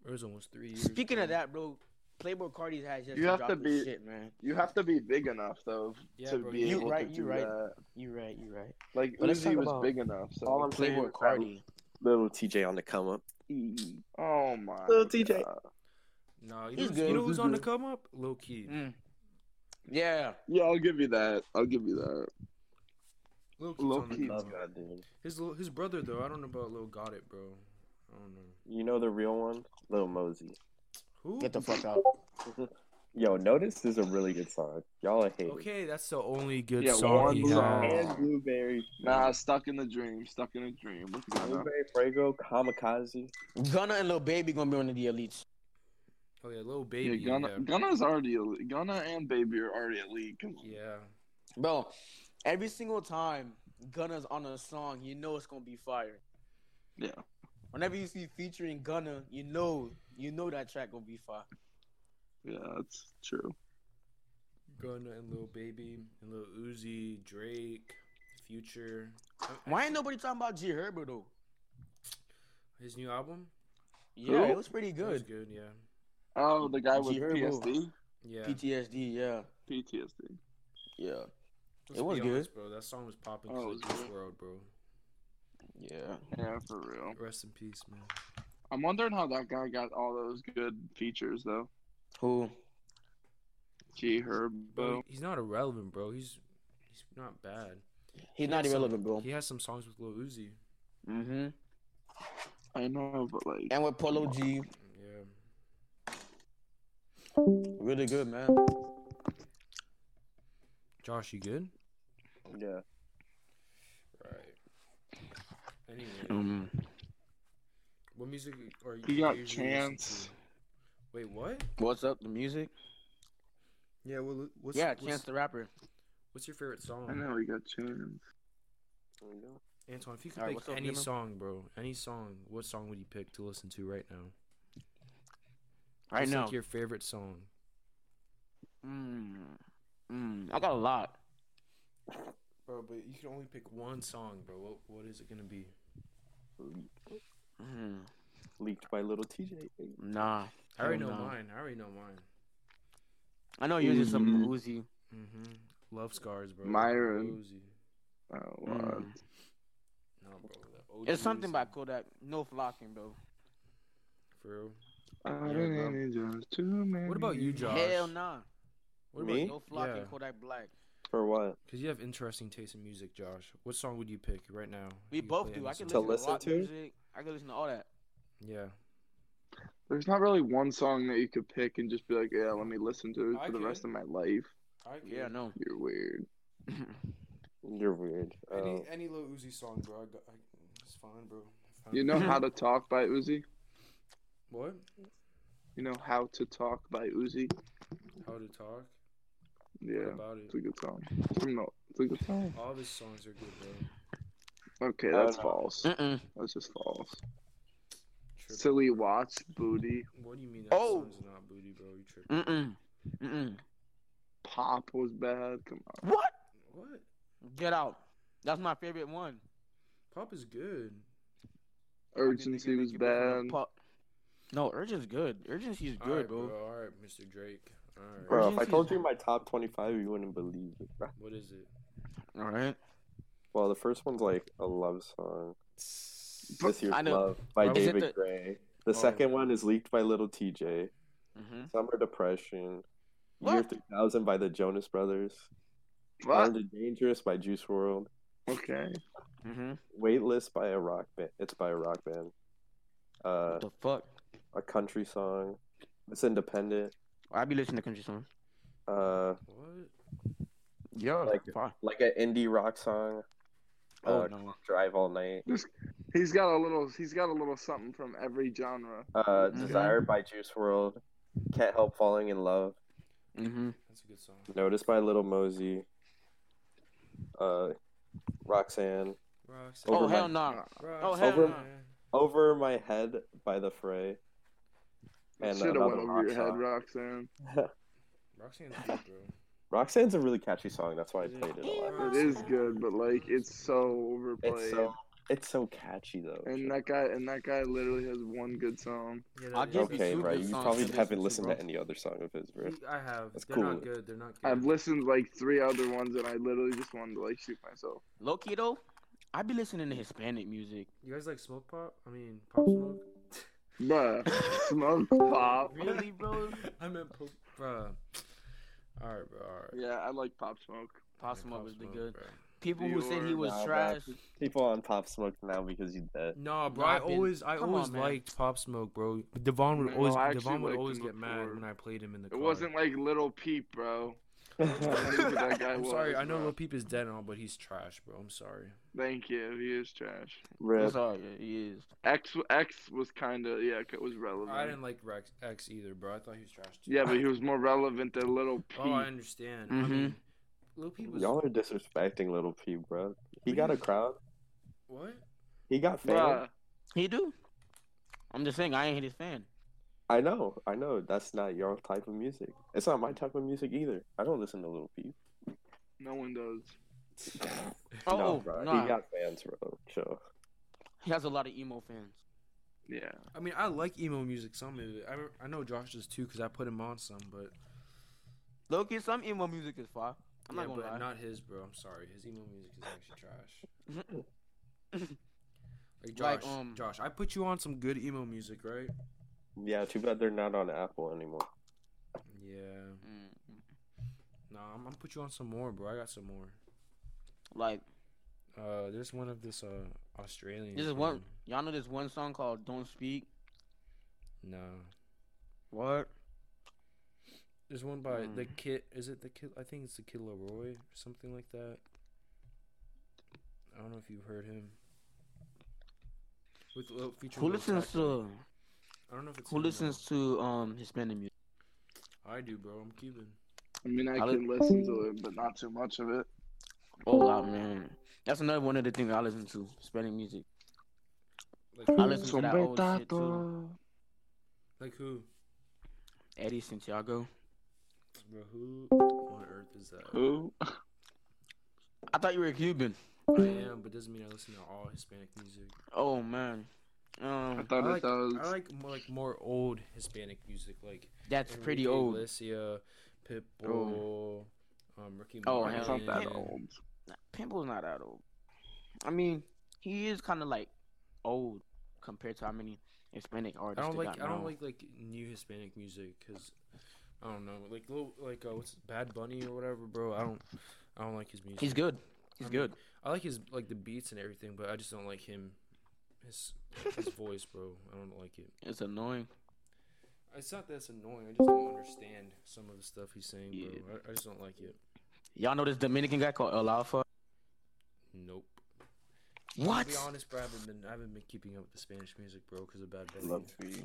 A: it was almost three years.
B: Speaking
A: bro.
B: of that, bro, Playboy Cardi's has just
D: You have to
B: dropped
D: be-
B: this shit, man.
D: You have to be big enough though
A: Yeah,
D: to
A: bro,
D: be
A: you-
D: able
B: right,
D: to
B: you
D: do
B: right.
D: that.
B: You right, you right.
D: Like
B: But let's
D: Uzi
B: talk
D: was
B: about-
D: big enough. So
C: All I'm saying
B: Playboy
C: is that
B: Cardi.
C: little TJ on the come up.
D: oh my.
C: Little TJ.
D: God.
A: No, you,
B: He's
A: know-
B: good.
A: you know who's on the
D: Mhm.
A: come up? Low key.
B: Mm. Yeah.
D: Yeah, I'll give you that. I'll give you that.
B: Mm-hmm.
A: Low key's
D: Low
A: on the
D: key.
A: come
C: Love
A: up.
C: that dude.
A: His little- his brother though, I don't know about Lil Got It, bro. I don't know.
C: You know the real one, Lil Mosey.
A: Who?
B: Get the fuck out.
C: Yo, notice is a really good song. Y'all are hating.
A: Okay, that's the only good
D: Yeah,
A: song
D: one
A: he
D: song.
A: has.
C: And Blueberry.
D: Nah, stuck in the dream. Stuck in a dream. What's going on?
C: Blueberry Frago, Kamikaze.
B: Gunna and Lil Baby gonna be one of the elites.
A: Oh yeah, little
D: Yeah,
A: baby. Yeah,
D: Gunna, Gunna's already elite. Gunna and Baby are already elite. Come on.
A: yeah.
B: Bro, every single time Gunna's on a song, you know it's gonna be fire.
D: Yeah.
B: Whenever you see featuring Gunna, you know you know that track gonna be fire.
D: Yeah, that's true.
A: Gunna and little baby and little Uzi, Drake, Future. I- I-
B: Why ain't nobody talking about G Herbo though?
A: His new album?
B: Yeah,
D: Who?
B: it was pretty
A: It was
B: good.
A: good, yeah.
D: Oh, the guy
B: G
D: with
B: Herbo.
D: PTSD.
A: Yeah.
B: PTSD, yeah,
D: PTSD.
B: yeah,
A: Let's
B: It was
A: be
B: good.
A: honest, bro. That song was popping
D: Oh, it
A: because
D: was
A: of Juice
D: good.
A: World, bro.
B: yeah.
D: Yeah, for real.
A: Rest in peace, man.
D: I'm wondering how that guy got all those good features though.
B: Who?
D: G Herbo.
A: Bro, he's not irrelevant, bro. He's he's not bad.
B: He's not
A: has some-
B: irrelevant, bro.
A: He has some songs with Lil Uzi.
B: Mm-hmm.
D: I know, but like,
B: And with Polo G,
A: Yeah.
B: really good man.
A: Josh, you good?
C: Yeah.
A: Right. Anyway,
B: Um,
A: what music are you?
D: You got
A: usually listen
D: Chance.
A: to? Wait, what?
B: what's up? The music?
A: Yeah, well, what's
B: yeah,
A: what's,
B: Chance the Rapper.
A: what's your favorite
D: I
A: song?
D: know we got Chance.
C: There you go.
A: Antoine, if you could
B: Alright,
A: pick
B: what's up,
A: any
B: Nemo?
A: song, bro, any song, what song would you pick to listen to right now?
B: Right
A: Just
B: now.
A: like your favorite song.
B: Mm, mm, I got a lot.
A: Bro, but you can only pick one song, bro. What what is it gonna be?
B: Mm,
C: Leaked by little TJ.
B: nah.
A: I already know
B: Hell no.
A: mine. I already know mine.
B: I know yours is some
D: Mhm.
B: Uzi.
A: Mm-hmm. Love scars, bro.
D: Myron.
A: Uzi.
D: Oh, wow.
B: Mm.
A: No, bro. the OG
B: It's something by
A: Uzi.
B: Kodak. No flocking, bro.
A: For real.
D: I
B: Yeah,
D: don't
B: bro.
D: need yours too many.
A: What about you, Josh?
B: Hell nah.
A: What
C: Me?
A: About,
B: No flocking
A: Yeah.
B: Kodak Black.
C: For what?
A: Because you have interesting taste in music, Josh. What song would you pick right now?
B: We
A: You could
B: both
A: play
B: do.
A: any
B: I can
A: song.
B: listen
C: To
B: to,
C: listen
B: rock
C: to?
B: music. I can listen to all that.
A: Yeah.
D: There's not really one song that you could pick and just be like, yeah, let me listen to it
A: I
D: for the
A: could.
D: rest of my life.
A: I
B: Yeah, no.
D: You're weird.
C: You're weird.
A: Any
C: Oh.
B: Uh,
A: any little Uzi song, bro. I got, I, it's fine, bro. I found
D: You
A: it.
D: know How to Talk by Uzi?
A: what?
D: You know How to Talk by Uzi?
A: How to talk? What
D: Yeah,
A: about
D: it's a
A: it?
D: good song. It's a, no, it's a good song.
A: All of his songs are good, bro.
D: Okay,
C: I
D: that's
C: don't know.
D: false.
B: Mm-mm.
D: That's just false.
A: Tripping.
D: Silly Watch, Booty,
A: what do you mean that
B: Oh!
A: song's not booty, bro? You tripping?
B: Mm-mm. Mm-mm.
D: Pop was bad. Come on.
B: What?
A: What?
B: Get out. That's my favorite one.
A: Pop is good.
B: I think they
D: Urgency
B: can
D: was
B: make it better
D: bad.
B: than Pop. No, Urgency's good. Urgency's
A: All
B: good,
A: right,
B: bro.
A: All right, Mr. Drake. All right.
C: Bro, if I
B: Urgency's-
C: told you my top 25, you wouldn't believe it, bro.
A: What is it?
B: All right.
C: Well, the first one's like a love song. This Year's
B: I know.
C: Love by
A: Is it
C: David
B: the-
C: Gray. The second one is Leaked by Little TJ.
B: Mm-hmm.
C: Summer Depression. Year
B: What?
C: 3000 by the Jonas Brothers.
D: What?
C: Armed and Dangerous by Juice World.
D: Okay.
B: Mm-hmm.
C: Waitlist by a rock band. It's by a rock band. Uh,
B: What the fuck?
C: a country song. It's independent.
B: I be listening to country songs.
C: Uh,
A: What?
B: Yeah.
C: Like-
B: fuck.
C: like an indie rock song.
B: Oh
C: Uh,
B: no.
C: Drive all night.
D: He's got a little. He's got a little something from every genre.
C: Uh,
D: Mm-hmm.
B: Mhm.
C: Desire by Juice World. Can't help falling in love.
B: Mm-hmm.
A: That's a good song.
C: Notice by Little Mosey. Uh, Roxanne.
A: Rocks.
B: Oh
C: Over
B: hell
C: my-
B: no.
A: Rocks.
B: oh, hell
C: Over-
B: no.
C: Over my head by the Fray. And
D: Should have
C: another
D: went over your
C: rock
D: head, Roxanne.
A: Roxanne's good, bro.
C: Roxanne's a really catchy song. That's why I played it a lot.
D: It is good, but like it's so overplayed.
C: It's so It's so catchy though.
D: And that guy, and that guy literally has one good song.
A: Yeah,
B: I'll
A: that-
B: give
A: that's-
C: okay,
B: two
C: right.
B: good
C: You
B: songs
C: probably
B: to listen
C: haven't
B: to,
C: listened
B: bro.
C: to any other song of his, bro.
A: I have.
C: That's
A: They're not
C: cool.
A: good. They're not good.
D: I've listened to, like three other ones, and I literally just wanted to like shoot myself.
B: Loki though, I be listening to Hispanic music.
A: You guys like smoke pop? I mean, pop smoke.
D: Bruh, smoke pop.
B: Really, bro?
A: I meant pop, bruh. All right, bro. All right.
D: Yeah, I like pop smoke.
B: Pop
A: Yeah,
B: Smoke was the
A: Smoke,
B: good.
A: bro.
B: People who said he
D: Dior,
B: was
C: nah,
B: trash.
C: bro. People on Pop Smoke now because you dead.
A: Nah, bro.
B: Nah,
A: I
B: I've been-
A: always, I
B: Come
A: always
B: on, man.
A: liked Pop Smoke, bro. But Devon would
D: No,
A: always,
D: I actually
A: Devon would
D: liked
A: always
D: him
A: get mad
D: before.
A: when I played him in the
D: It
A: car.
D: wasn't like Little Peep, bro. that guy
A: I'm
D: was,
A: sorry. I know
D: bro.
A: Lil Peep is dead and all, but he's trash, bro. I'm sorry.
D: Thank you. He is trash.
B: I'm
C: Rip.
B: sorry, yeah, he is.
D: X X was kind of yeah, it was relevant.
A: I didn't like Rex X either, bro. I thought he was trash too.
D: Yeah, but he was more relevant than Little Peep.
A: Oh, I understand. I
B: Mhm.
A: mean, Lil Peep was
C: Y'all are disrespecting Little P, bro. He got a crowd.
A: what?
C: He got fans.
D: Bruh,
B: He do. I'm just saying, I ain't his fan.
C: I know, I know. That's not your type of music. It's not my type of music either. I don't listen to Little Peep.
D: no one does.
B: Oh,
C: no,
B: no,
C: bro. He got fans, bro. Chill.
B: he has a lot of emo fans.
D: Yeah,
A: I mean, I like emo music. Some of it. I, re- I know Josh does too because I put him on some, but
B: Loki, some emo music is fire. I'm
A: yeah,
B: not gonna
A: but
B: lie.
A: not his, bro. I'm sorry. His emo music is actually trash. Like Josh,
B: Like, um,
A: Josh, I put you on some good emo music, right?
C: Yeah, too bad they're not on Apple anymore.
A: Yeah.
B: Mm,
A: Nah, I'm, I'm gonna put you on some more, bro. I got some more.
B: Like,
A: Uh, there's one of this uh Australian.
B: this is
A: from-
B: one. Y'all know this one song called "Don't Speak."
A: No,
B: What?
A: there's one by the
B: Mm.
A: kid. Is it the kid? I think it's the Kid Leroy or something like that. I don't know if you've heard him. With Lil, featuring
B: Who
A: Lil
B: listens
A: Tecca.
B: to
A: I don't know if it's
B: Who
A: him, though.
B: listens to um Hispanic music?
A: I do, bro. I'm Cuban.
D: I mean I,
B: I li-
D: can listen to it, but not too much of it.
B: Oh, lot, man. That's another one of the things I listen to Hispanic music.
A: Like,
B: I
A: who-
B: listen to that old shit too.
A: like who?
B: Eddie Santiago.
A: Bro, who on earth is that?
D: Who?
B: I thought you were Cuban.
A: I am, but doesn't mean I listen to all Hispanic music.
B: Oh man. Um,
D: I thought
A: I
D: it
A: like,
D: does.
A: I like more, like more old Hispanic music, like
B: that's pretty
A: Enrique
B: old.
A: Iglesias, Pitbull, um, Ricky
B: Oh,
A: Martin.
D: it's not that
B: Yeah.
D: old.
B: Pimple's not that old. I mean, he is kind of like old compared to how many Hispanic
A: I
B: artists.
A: don't
B: they
A: like
B: got
A: I don't
B: now.
A: like like new Hispanic music because I don't know like little, like uh, what's Bad Bunny or whatever, bro. I don't I don't like his music.
B: He's good. He's
A: I mean,
B: good.
A: I like his like the beats and everything, but I just don't like him his his voice, bro. I don't like it.
B: It's annoying.
A: It's not that it's annoying. I just don't understand some of the stuff he's saying, bro.
B: Yeah.
A: I, I just don't like it.
B: Y'all know this Dominican guy called El Alfa.
A: Nope.
B: What?
A: To be honest, bro, I haven't been I haven't been keeping up with the Spanish music, bro, because of Bad Bunny.
C: Love to you.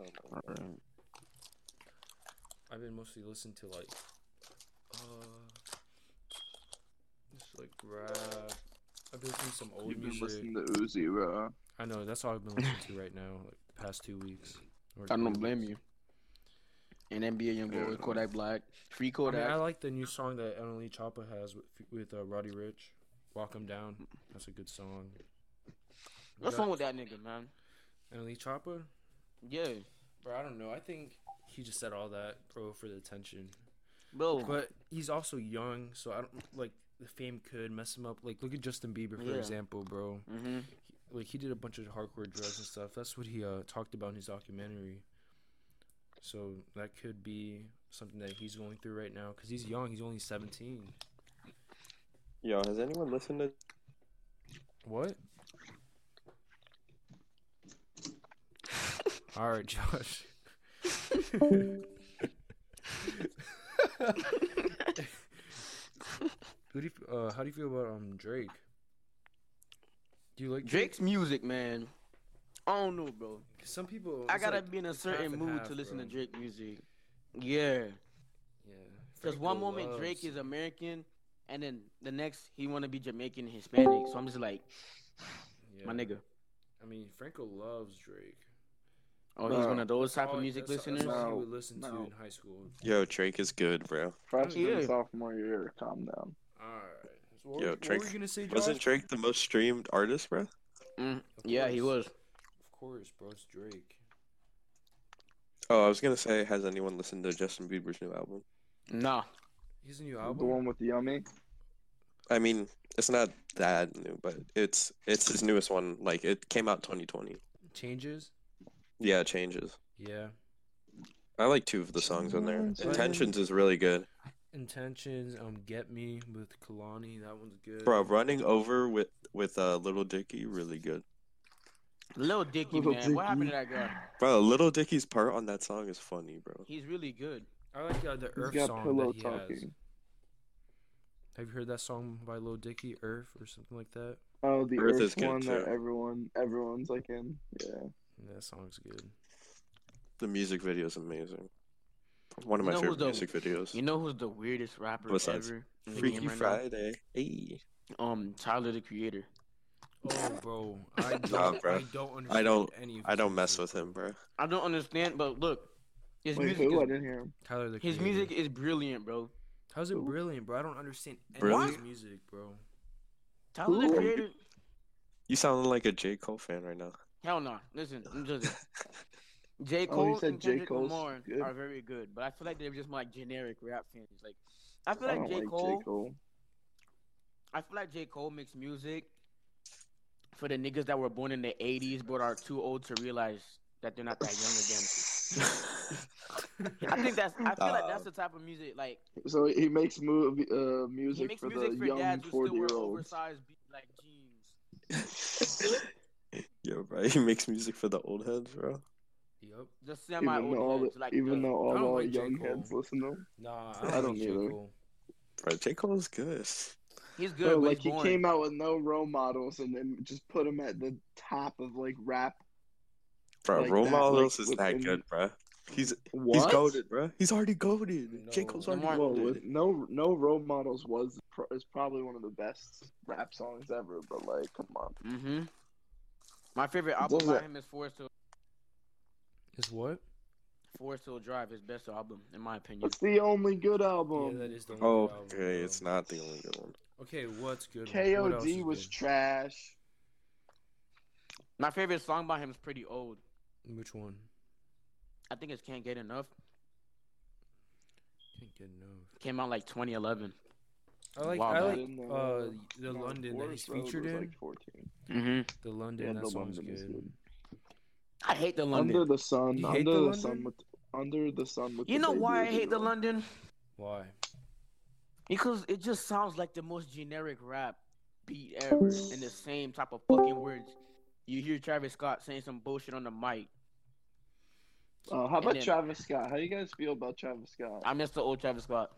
C: Oh my God.
B: Alright.
A: I've been mostly listening to like, uh, just like rap. I've been listening to some old
D: You've been
A: music.
D: listening to Uzi, bro.
A: I know that's all I've been listening to right now, like past two weeks. or
B: I don't
A: three
B: blame
A: weeks.
B: you. And NBA young boy
D: Yeah.
B: Kodak Black,
A: I,
B: free
A: mean,
B: Kodak.
A: I like the new song that Emily Choppa has with with uh, Roddy Rich, "Walk 'Em Down." That's a good song.
B: What's wrong with that nigga, man?
A: Emily Choppa?
B: Yeah,
A: Bro, I don't know. I think he just said all that, bro, for the attention.
B: bro.
A: But he's also young, so I don't like the fame could mess him up. Like look at Justin Bieber for
B: Yeah.
A: example, bro.
B: hmm
A: Like he did a bunch of hardcore drugs and stuff. That's what he uh, talked about in his documentary. So that could be something that he's going through right now because he's young. He's only seventeen.
C: Yo, has anyone listened to?
A: What? All right, Josh. Who do you, f- uh, how do you feel about um Drake? Do you like
B: Drake's music, man. I don't know, bro.
A: 'Cause Some people.
B: I
A: it's
B: gotta
A: like-
B: be in a
A: half
B: certain
A: and
B: mood
A: half,
B: to listen
A: bro.
B: to Drake music.
A: yeah.
B: Yeah, because
A: Franco
B: one moment
A: loves-
B: Drake is American, and then the next he want to be Jamaican Hispanic. So I'm just like, my
A: yeah.
B: nigga.
A: I mean, Franco loves Drake.
B: Oh, he's
D: Bro,
B: one of those type
A: All-
B: of music
A: that's-
B: listeners.
A: That's all he
D: No,
A: would listen to
D: no.
A: in high school.
C: Yo, Drake is good, bro.
D: Freshman
B: Yeah.
D: sophomore year, calm down.
A: All right. So what,
C: Yo,
A: were- what
C: Drake-
A: were you gonna say, Josh?
C: Wasn't Drake the most streamed artist, bro?
B: Mm,
A: Of
B: yeah, he
A: course.
B: was.
A: Of course, bro. It's Drake.
C: Oh, I was gonna say, has anyone listened to Justin Bieber's new album?
B: Nah.
A: His new
D: The
A: album.
D: one with the yummy.
C: I mean, it's not that new, but it's it's his newest one. Like it came out 2020.
A: Changes.
C: Yeah, changes.
A: Yeah.
C: I like two of the songs on there.
D: Changes.
C: Intentions is really good,
A: Intentions. Um, get me with Kalani. That one's good.
C: bro. Running over with with uh, Little Dicky, really good,
B: Lil Dicky,
D: Lil
B: man. What happened to
D: Dicky.
B: that guy?
C: bro. Little Dicky's part on that song is funny, bro.
B: He's really good.
A: I like uh, the
D: He's
A: Earth
D: got
A: song
D: pillow
A: that he has.
D: talking.
A: Have you heard that song by Lil Dicky, Earth, or something like that?
D: Oh, the
C: Earth
D: Earth,
C: is good,
D: one that
C: too.
D: everyone everyone's like in. Yeah.
A: Yeah, that song's good.
C: The music video is amazing. One of
B: You
C: my
B: know who's
C: favorite
B: the-
C: music videos.
B: You know who's the weirdest rapper
C: Besides
B: ever? in the
C: Freaky
B: game right now?
C: Friday. Hey.
B: Um, Tyler the Creator.
A: Oh, bro, I don't,
C: Nah, bro.
A: I don't understand.
C: don't-
A: Any of
C: I
A: his
C: don't mess
A: music.
C: with him, bro.
B: I don't understand, but look, his
D: Wait,
B: music.
D: who? I
B: Is,
D: didn't hear him.
A: Tyler the
B: his
A: Creator.
B: music is brilliant, bro.
A: How's it
D: Who?
A: brilliant, bro? I don't understand any of his
C: Brilliant?
A: music, bro.
B: Tyler the
D: Who?
B: Creator.
C: You sound like a J Cole fan right now.
B: Hell no. Listen, I'm just. J.
D: Oh, he
B: Cole
D: said
B: and
D: J.
B: Kendrick
D: Cole's
B: Lamar
D: good.
B: are very good, but I feel like they're just my generic rap fans. Like, I feel
D: I
B: like
D: don't
B: J.
D: like
B: Cole.
D: J. Cole.
B: I feel like J. Cole makes music for the niggas that were born in the '80s but are too old to realize that they're not that young again. I think that's. I feel like
C: Nah.
B: that's the type of music like
D: So he makes move, uh, music
B: he makes
D: for
B: music
D: the
B: for
D: young
B: dads who still wear
D: forty-year-olds.
B: oversized be- like jeans.
C: Yo, bro, he makes music for the old heads, bro.
A: Yep.
B: The semi
D: Even though all,
B: old
D: the,
B: heads, like
D: even
B: the,
D: though all
A: I don't
D: our
A: like J.
D: young
A: Cole.
D: heads listen to him.
A: Nah, I
D: I
A: don't,
D: don't
A: like J.
D: either.
A: Cole.
C: Bro, J Cole's good.
B: he's good,
D: Bro,
B: but
D: like
B: he's
D: he
B: boring.
D: came out with no role models and then just put him at the top of like rap.
C: Bro,
D: Like
C: role
D: that,
C: models
D: like,
C: is that
D: within-
C: good, bro. He's
D: What?
C: he's goaded, bro. He's already goaded. J
A: No.
C: Cole's
A: No
C: already
B: more-
D: Well,
C: goaded.
D: with no no role models was pro- is probably one of the best rap songs ever. But like, come on,
B: Mm-hmm. My favorite
D: What
B: album
D: was
B: by
D: that?
B: him is Forest Hill,
A: Is what?
B: Forest Hill Drive, his best album in my opinion.
D: it's the only good album.
A: yeah, that is the only
C: Oh,
A: good album,
C: okay,
A: bro.
C: it's not the only good one.
A: Okay, what's good? What else
D: K.O.D.
A: is
D: was
A: good?
D: trash.
B: My favorite song by him is pretty old.
A: Which one?
B: I think it's Can't Get Enough.
A: Can't get enough.
B: Came out like 2011.
A: I like.
B: Wow,
A: I
B: man.
A: like
D: Didn't,
A: uh
D: uh,
A: the
D: no,
A: London that
D: Forest
A: he's
D: Road
A: featured
D: was,
A: in.
D: Like 14.
B: Mm-hmm.
A: the London.
D: Yeah,
A: that
D: the
A: song's
D: London is
A: good.
D: good.
B: I hate the London.
D: Under the sun,
A: You hate
D: under
A: the
D: the,
A: London?
D: sun with under the sun with.
B: you
D: the
B: know
D: baby
B: why I
D: is
B: hate the
D: wrong.
B: London?
A: Why?
B: Because it just sounds like the most generic rap beat ever, and the same type of fucking words. You hear Travis Scott saying some bullshit on the mic.
D: Uh, how about
B: then-
D: Travis Scott? How you guys feel about Travis Scott?
B: I miss the old Travis Scott.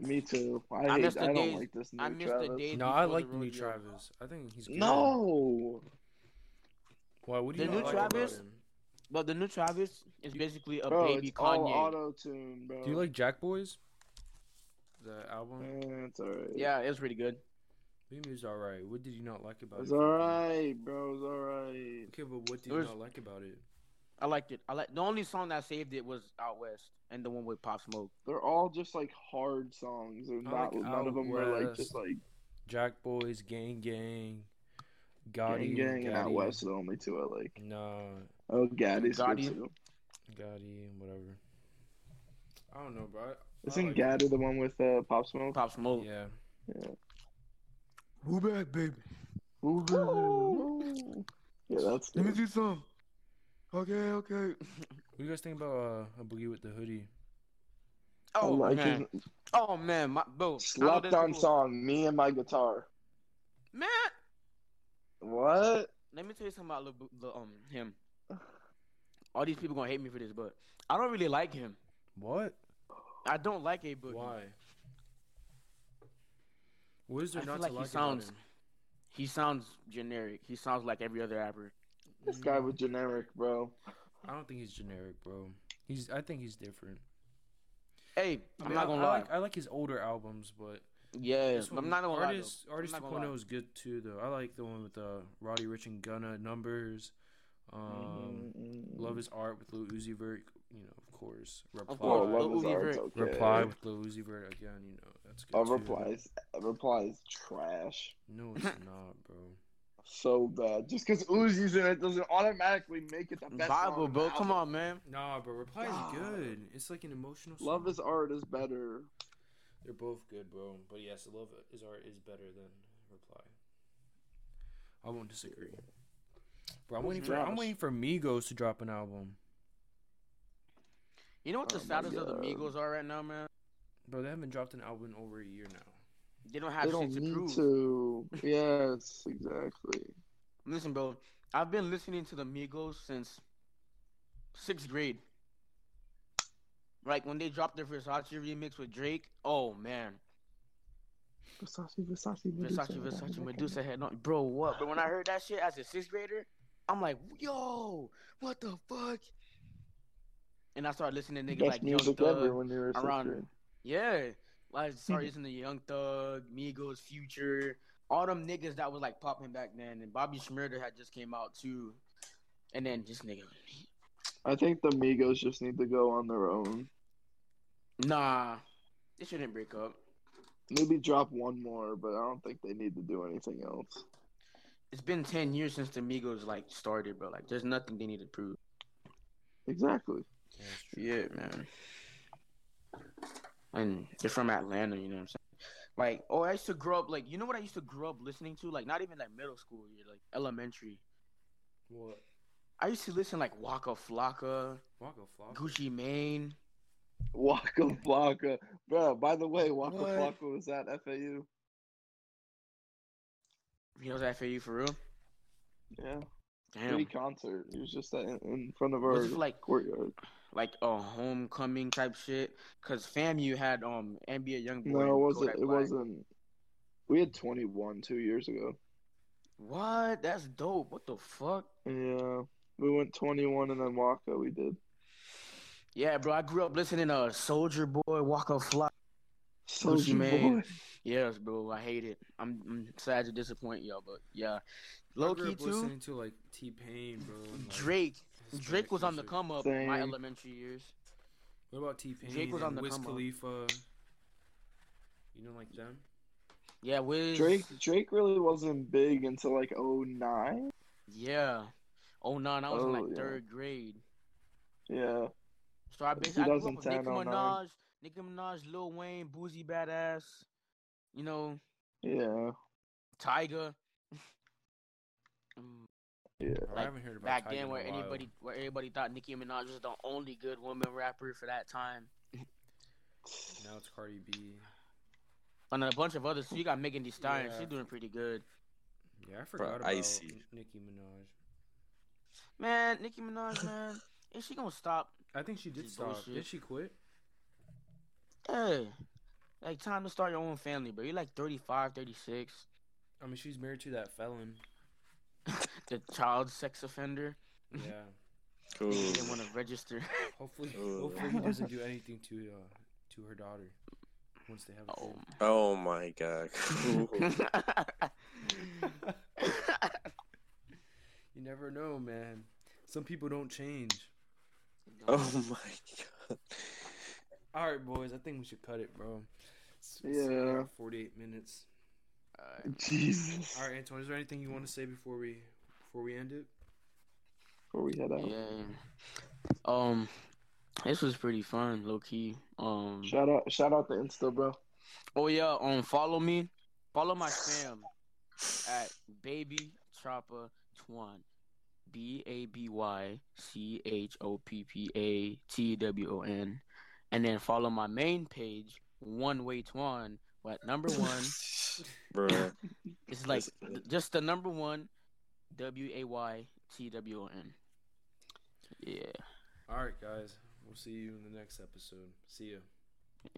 D: Me too. I,
B: I
D: hate,
B: miss the
D: I don't
B: days-
D: like this new
B: I miss
D: Travis.
B: the days.
A: No, I
B: before
A: like the new
B: rodeo.
A: Travis. I think he's good.
D: No,
A: Why? What do you
B: The
A: not
B: new
A: like
B: Travis?
A: About him?
B: But the new Travis is basically a
D: bro,
B: baby
D: it's all
B: Kanye.
D: auto tune, bro.
A: Do you like Jack Boys? The album.
D: Eh, it's alright.
B: yeah, it's pretty good.
A: What do you mean It's alright. What did you not like about
D: it's
A: it?
D: alright, bro. It's alright.
A: Okay, but what did
B: It was-
A: you not like about it?
B: I liked it. I like the only song that saved it was Out West and the one with Pop Smoke.
D: They're all just like hard songs. They're
A: I
D: not.
A: like
D: none of them
A: Out
D: were like
A: West,
D: just like
A: Jack Boys, Gang Gang, Gotti,
D: Gang Gang and Out
A: Gotti.
D: West. Are the only two I like.
A: Nah,
D: Oh, Gaddy's
B: Gotti.
D: good too.
A: Gotti, whatever. I don't know, bro. I- I
D: Isn't
A: like-
D: Gaddy the one with uh, Pop Smoke?
B: Pop Smoke.
A: Yeah.
B: Who back, baby?
D: Woo! Yeah, that's good.
B: do some. Okay, okay.
A: What do you guys think about uh, a boogie with the hoodie?
B: Oh
D: I like
B: man.
D: his-
B: Oh man, my bro.
D: Slept
B: song.
D: on song, me and my guitar.
B: Man,
D: What?
B: let me tell you something about Lil, Bo- Lil- um him. All these people gonna hate me for this, but I don't really like him.
A: What?
B: I don't like a boogie.
A: Why? What is there
B: I feel
A: not
B: like
A: to
B: he
A: like
B: sounds
A: about him?
B: he sounds generic. He sounds like every other rapper.
D: This
A: Mm-hmm.
D: guy was generic, bro.
A: I don't think he's generic, bro. He's. I think he's different.
B: Hey,
A: I
B: I'm
A: mean,
B: not
A: I-
B: gonna
A: I
B: lie.
A: Like, I like his older albums, but
B: yeah,
A: this
B: but I'm
A: one-
B: not gonna
A: artist,
B: lie. though.
A: Artist
B: I'm not gonna
A: 2.0 is good too, though. I like the one with uh, Roddy Rich and Gunna numbers. Um,
B: Mm-hmm.
A: Love is art with Lil Uzi Vert, you know, of course. Reply,
B: course, Lil
D: Love
B: Lil
D: is
B: Uzi
D: Ours,
B: Vert.
D: okay.
A: reply with Lil Uzi Vert again, you know, that's good.
D: Uh,
A: too.
D: replies. Replies trash.
A: No, it's not, bro.
D: so bad. Just because Uzi's in it doesn't automatically make it the best. song
B: Bible,
D: on
B: bro.
D: the
B: Come
D: album.
B: on, man.
A: Nah, bro, Reply's
D: God.
A: good. It's like an emotional.
D: Love
A: song.
D: is art is better.
A: They're both good, bro. But yes, Love is Art is better than Reply. I won't disagree. Bro, I'm
D: Who's
A: waiting for I'm
D: Migos?
A: waiting for Migos to drop an album.
B: You know what the
D: Oh my
B: status of the
D: God.
B: Migos are right now, man?
A: Bro, they haven't dropped an album in over a year now.
B: They don't have
D: they
B: shit
D: don't
B: to
D: need
B: prove.
D: to. Yes, exactly.
B: Listen, bro. I've been listening to the Migos since sixth grade. Like when they dropped their Versace remix with Drake. Oh man,
D: Versace, Versace,
B: Versace, Versace, Medusa head. No, bro, what? But when I heard that shit as a sixth grader, I'm like, yo, what the fuck? And I started listening to niggas
D: Best
B: like Young
D: music
B: Thug.
D: ever when you're
B: around-
D: around.
B: Yeah, I started listening to Young Thug, Migos, Future, all them niggas that was like popping back then. And Bobby Schmurder had just came out too. And then this nigga,
D: I think the Migos just need to go on their own.
B: nah, they shouldn't break up.
D: Maybe drop one more, but I don't think they need to do anything else.
B: It's been ten years since the Migos like started, bro. Like, there's nothing they need to prove.
D: Exactly.
A: Yeah, that's true.
B: Yeah, man. And they're from Atlanta, you know what I'm saying? Like, oh, I used to grow up like you know what I used to grow up listening to? Like not even like middle school, year, like elementary.
A: What?
B: I used to listen like Waka Flocka,
A: Waka Flocka.
B: Gucci Mane.
D: Waka Flocka, bro. By the way, Waka
B: What?
D: Flocka was at FAU.
B: You know that for you for real?
D: Yeah,
B: Damn.
D: free concert. He was just at, in front of our
B: Was it for, like
D: courtyard.
B: like a homecoming type shit? Cause FAMU had um NBA YoungBoy.
D: No, it
B: and
D: wasn't.
B: Kodak
D: It
B: Black.
D: wasn't. We had 21 two years ago.
B: What? That's dope. What the fuck?
D: Yeah, we went 21 and then Waka. We did.
B: Yeah, bro. I grew up listening to Soldier Boy, Waka Flocka.
D: Soulja
B: Mane.
D: Boy.
B: Yes, bro. I hate it. I'm, I'm sad to disappoint y'all, but yeah, low
A: I grew
B: key
A: up
B: too.
A: listening to like T Pain, bro. and, like,
B: Drake.
A: Hispanic
B: Drake was on the
A: music.
B: come up in my
D: Same.
B: elementary years.
A: What about T Pain?
B: Drake was on the
A: Wiz
B: come up.
A: Khalifa. You don't like them?
B: Yeah, Wiz.
D: Drake Drake really wasn't big until like 09.
B: Yeah. Oh nine, I was in
D: Oh,
B: like
D: yeah.
B: third grade.
D: Yeah,
B: So I basically I grew up with
D: 2010,
B: Nicki
D: 09.
B: Minaj, Nicki Minaj, Lil Wayne, Boozy Badass, you know,
D: yeah,
B: Tyga. Mm,
D: yeah.
A: Bro, I
B: Like,
A: haven't heard about
B: Back
A: Tyga in
B: then,
A: a
B: where
A: while.
B: anybody, where everybody thought Nicki Minaj was the only good woman rapper for that time,
A: Now it's Cardi B.
B: and a bunch of others. So you got Megan Thee Stallion,
A: Yeah.
B: she's doing pretty good.
A: Yeah, I forgot about
C: Icy.
A: Nicki Minaj.
B: Man, Nicki Minaj, man, is she gonna stop?
A: I think she did
B: She's
A: stop.
B: bullshit.
A: Did she quit?
B: Hey, eh. like time to start your own family, bro. You're like 35, 36,
A: I mean, she's married to that felon.
B: the child sex offender.
A: Yeah.
C: Ooh.
B: They didn't want to register.
A: Hopefully,
C: Ugh.
A: hopefully he doesn't do anything to uh, to her daughter once they have a
B: Oh.
C: Oh my god. Ooh.
A: kid. you never know, man. Some people don't change.
C: oh my god.
A: All right, boys. I think we should cut it, bro. It's- it's
D: Yeah.
A: about Forty-eight minutes.
B: Alright.
D: Jesus.
A: All right, Antoine. Is there anything you want to say before we before we end it?
D: Before we head out,
B: Yeah. Um, this was pretty fun, low key. Um.
D: shout out, shout out to Insta, bro.
B: Oh yeah. Um. Follow me. Follow my fam at Baby Chopper Twan. B A B Y C H O P P A T W O N, and then follow my main page One Way Twan. What number one?
C: Bruh.
B: It's like
C: Yes.
B: th- just the number one. W A Y T W O N. Yeah.
A: All right, guys. We'll see you in the next episode. See ya.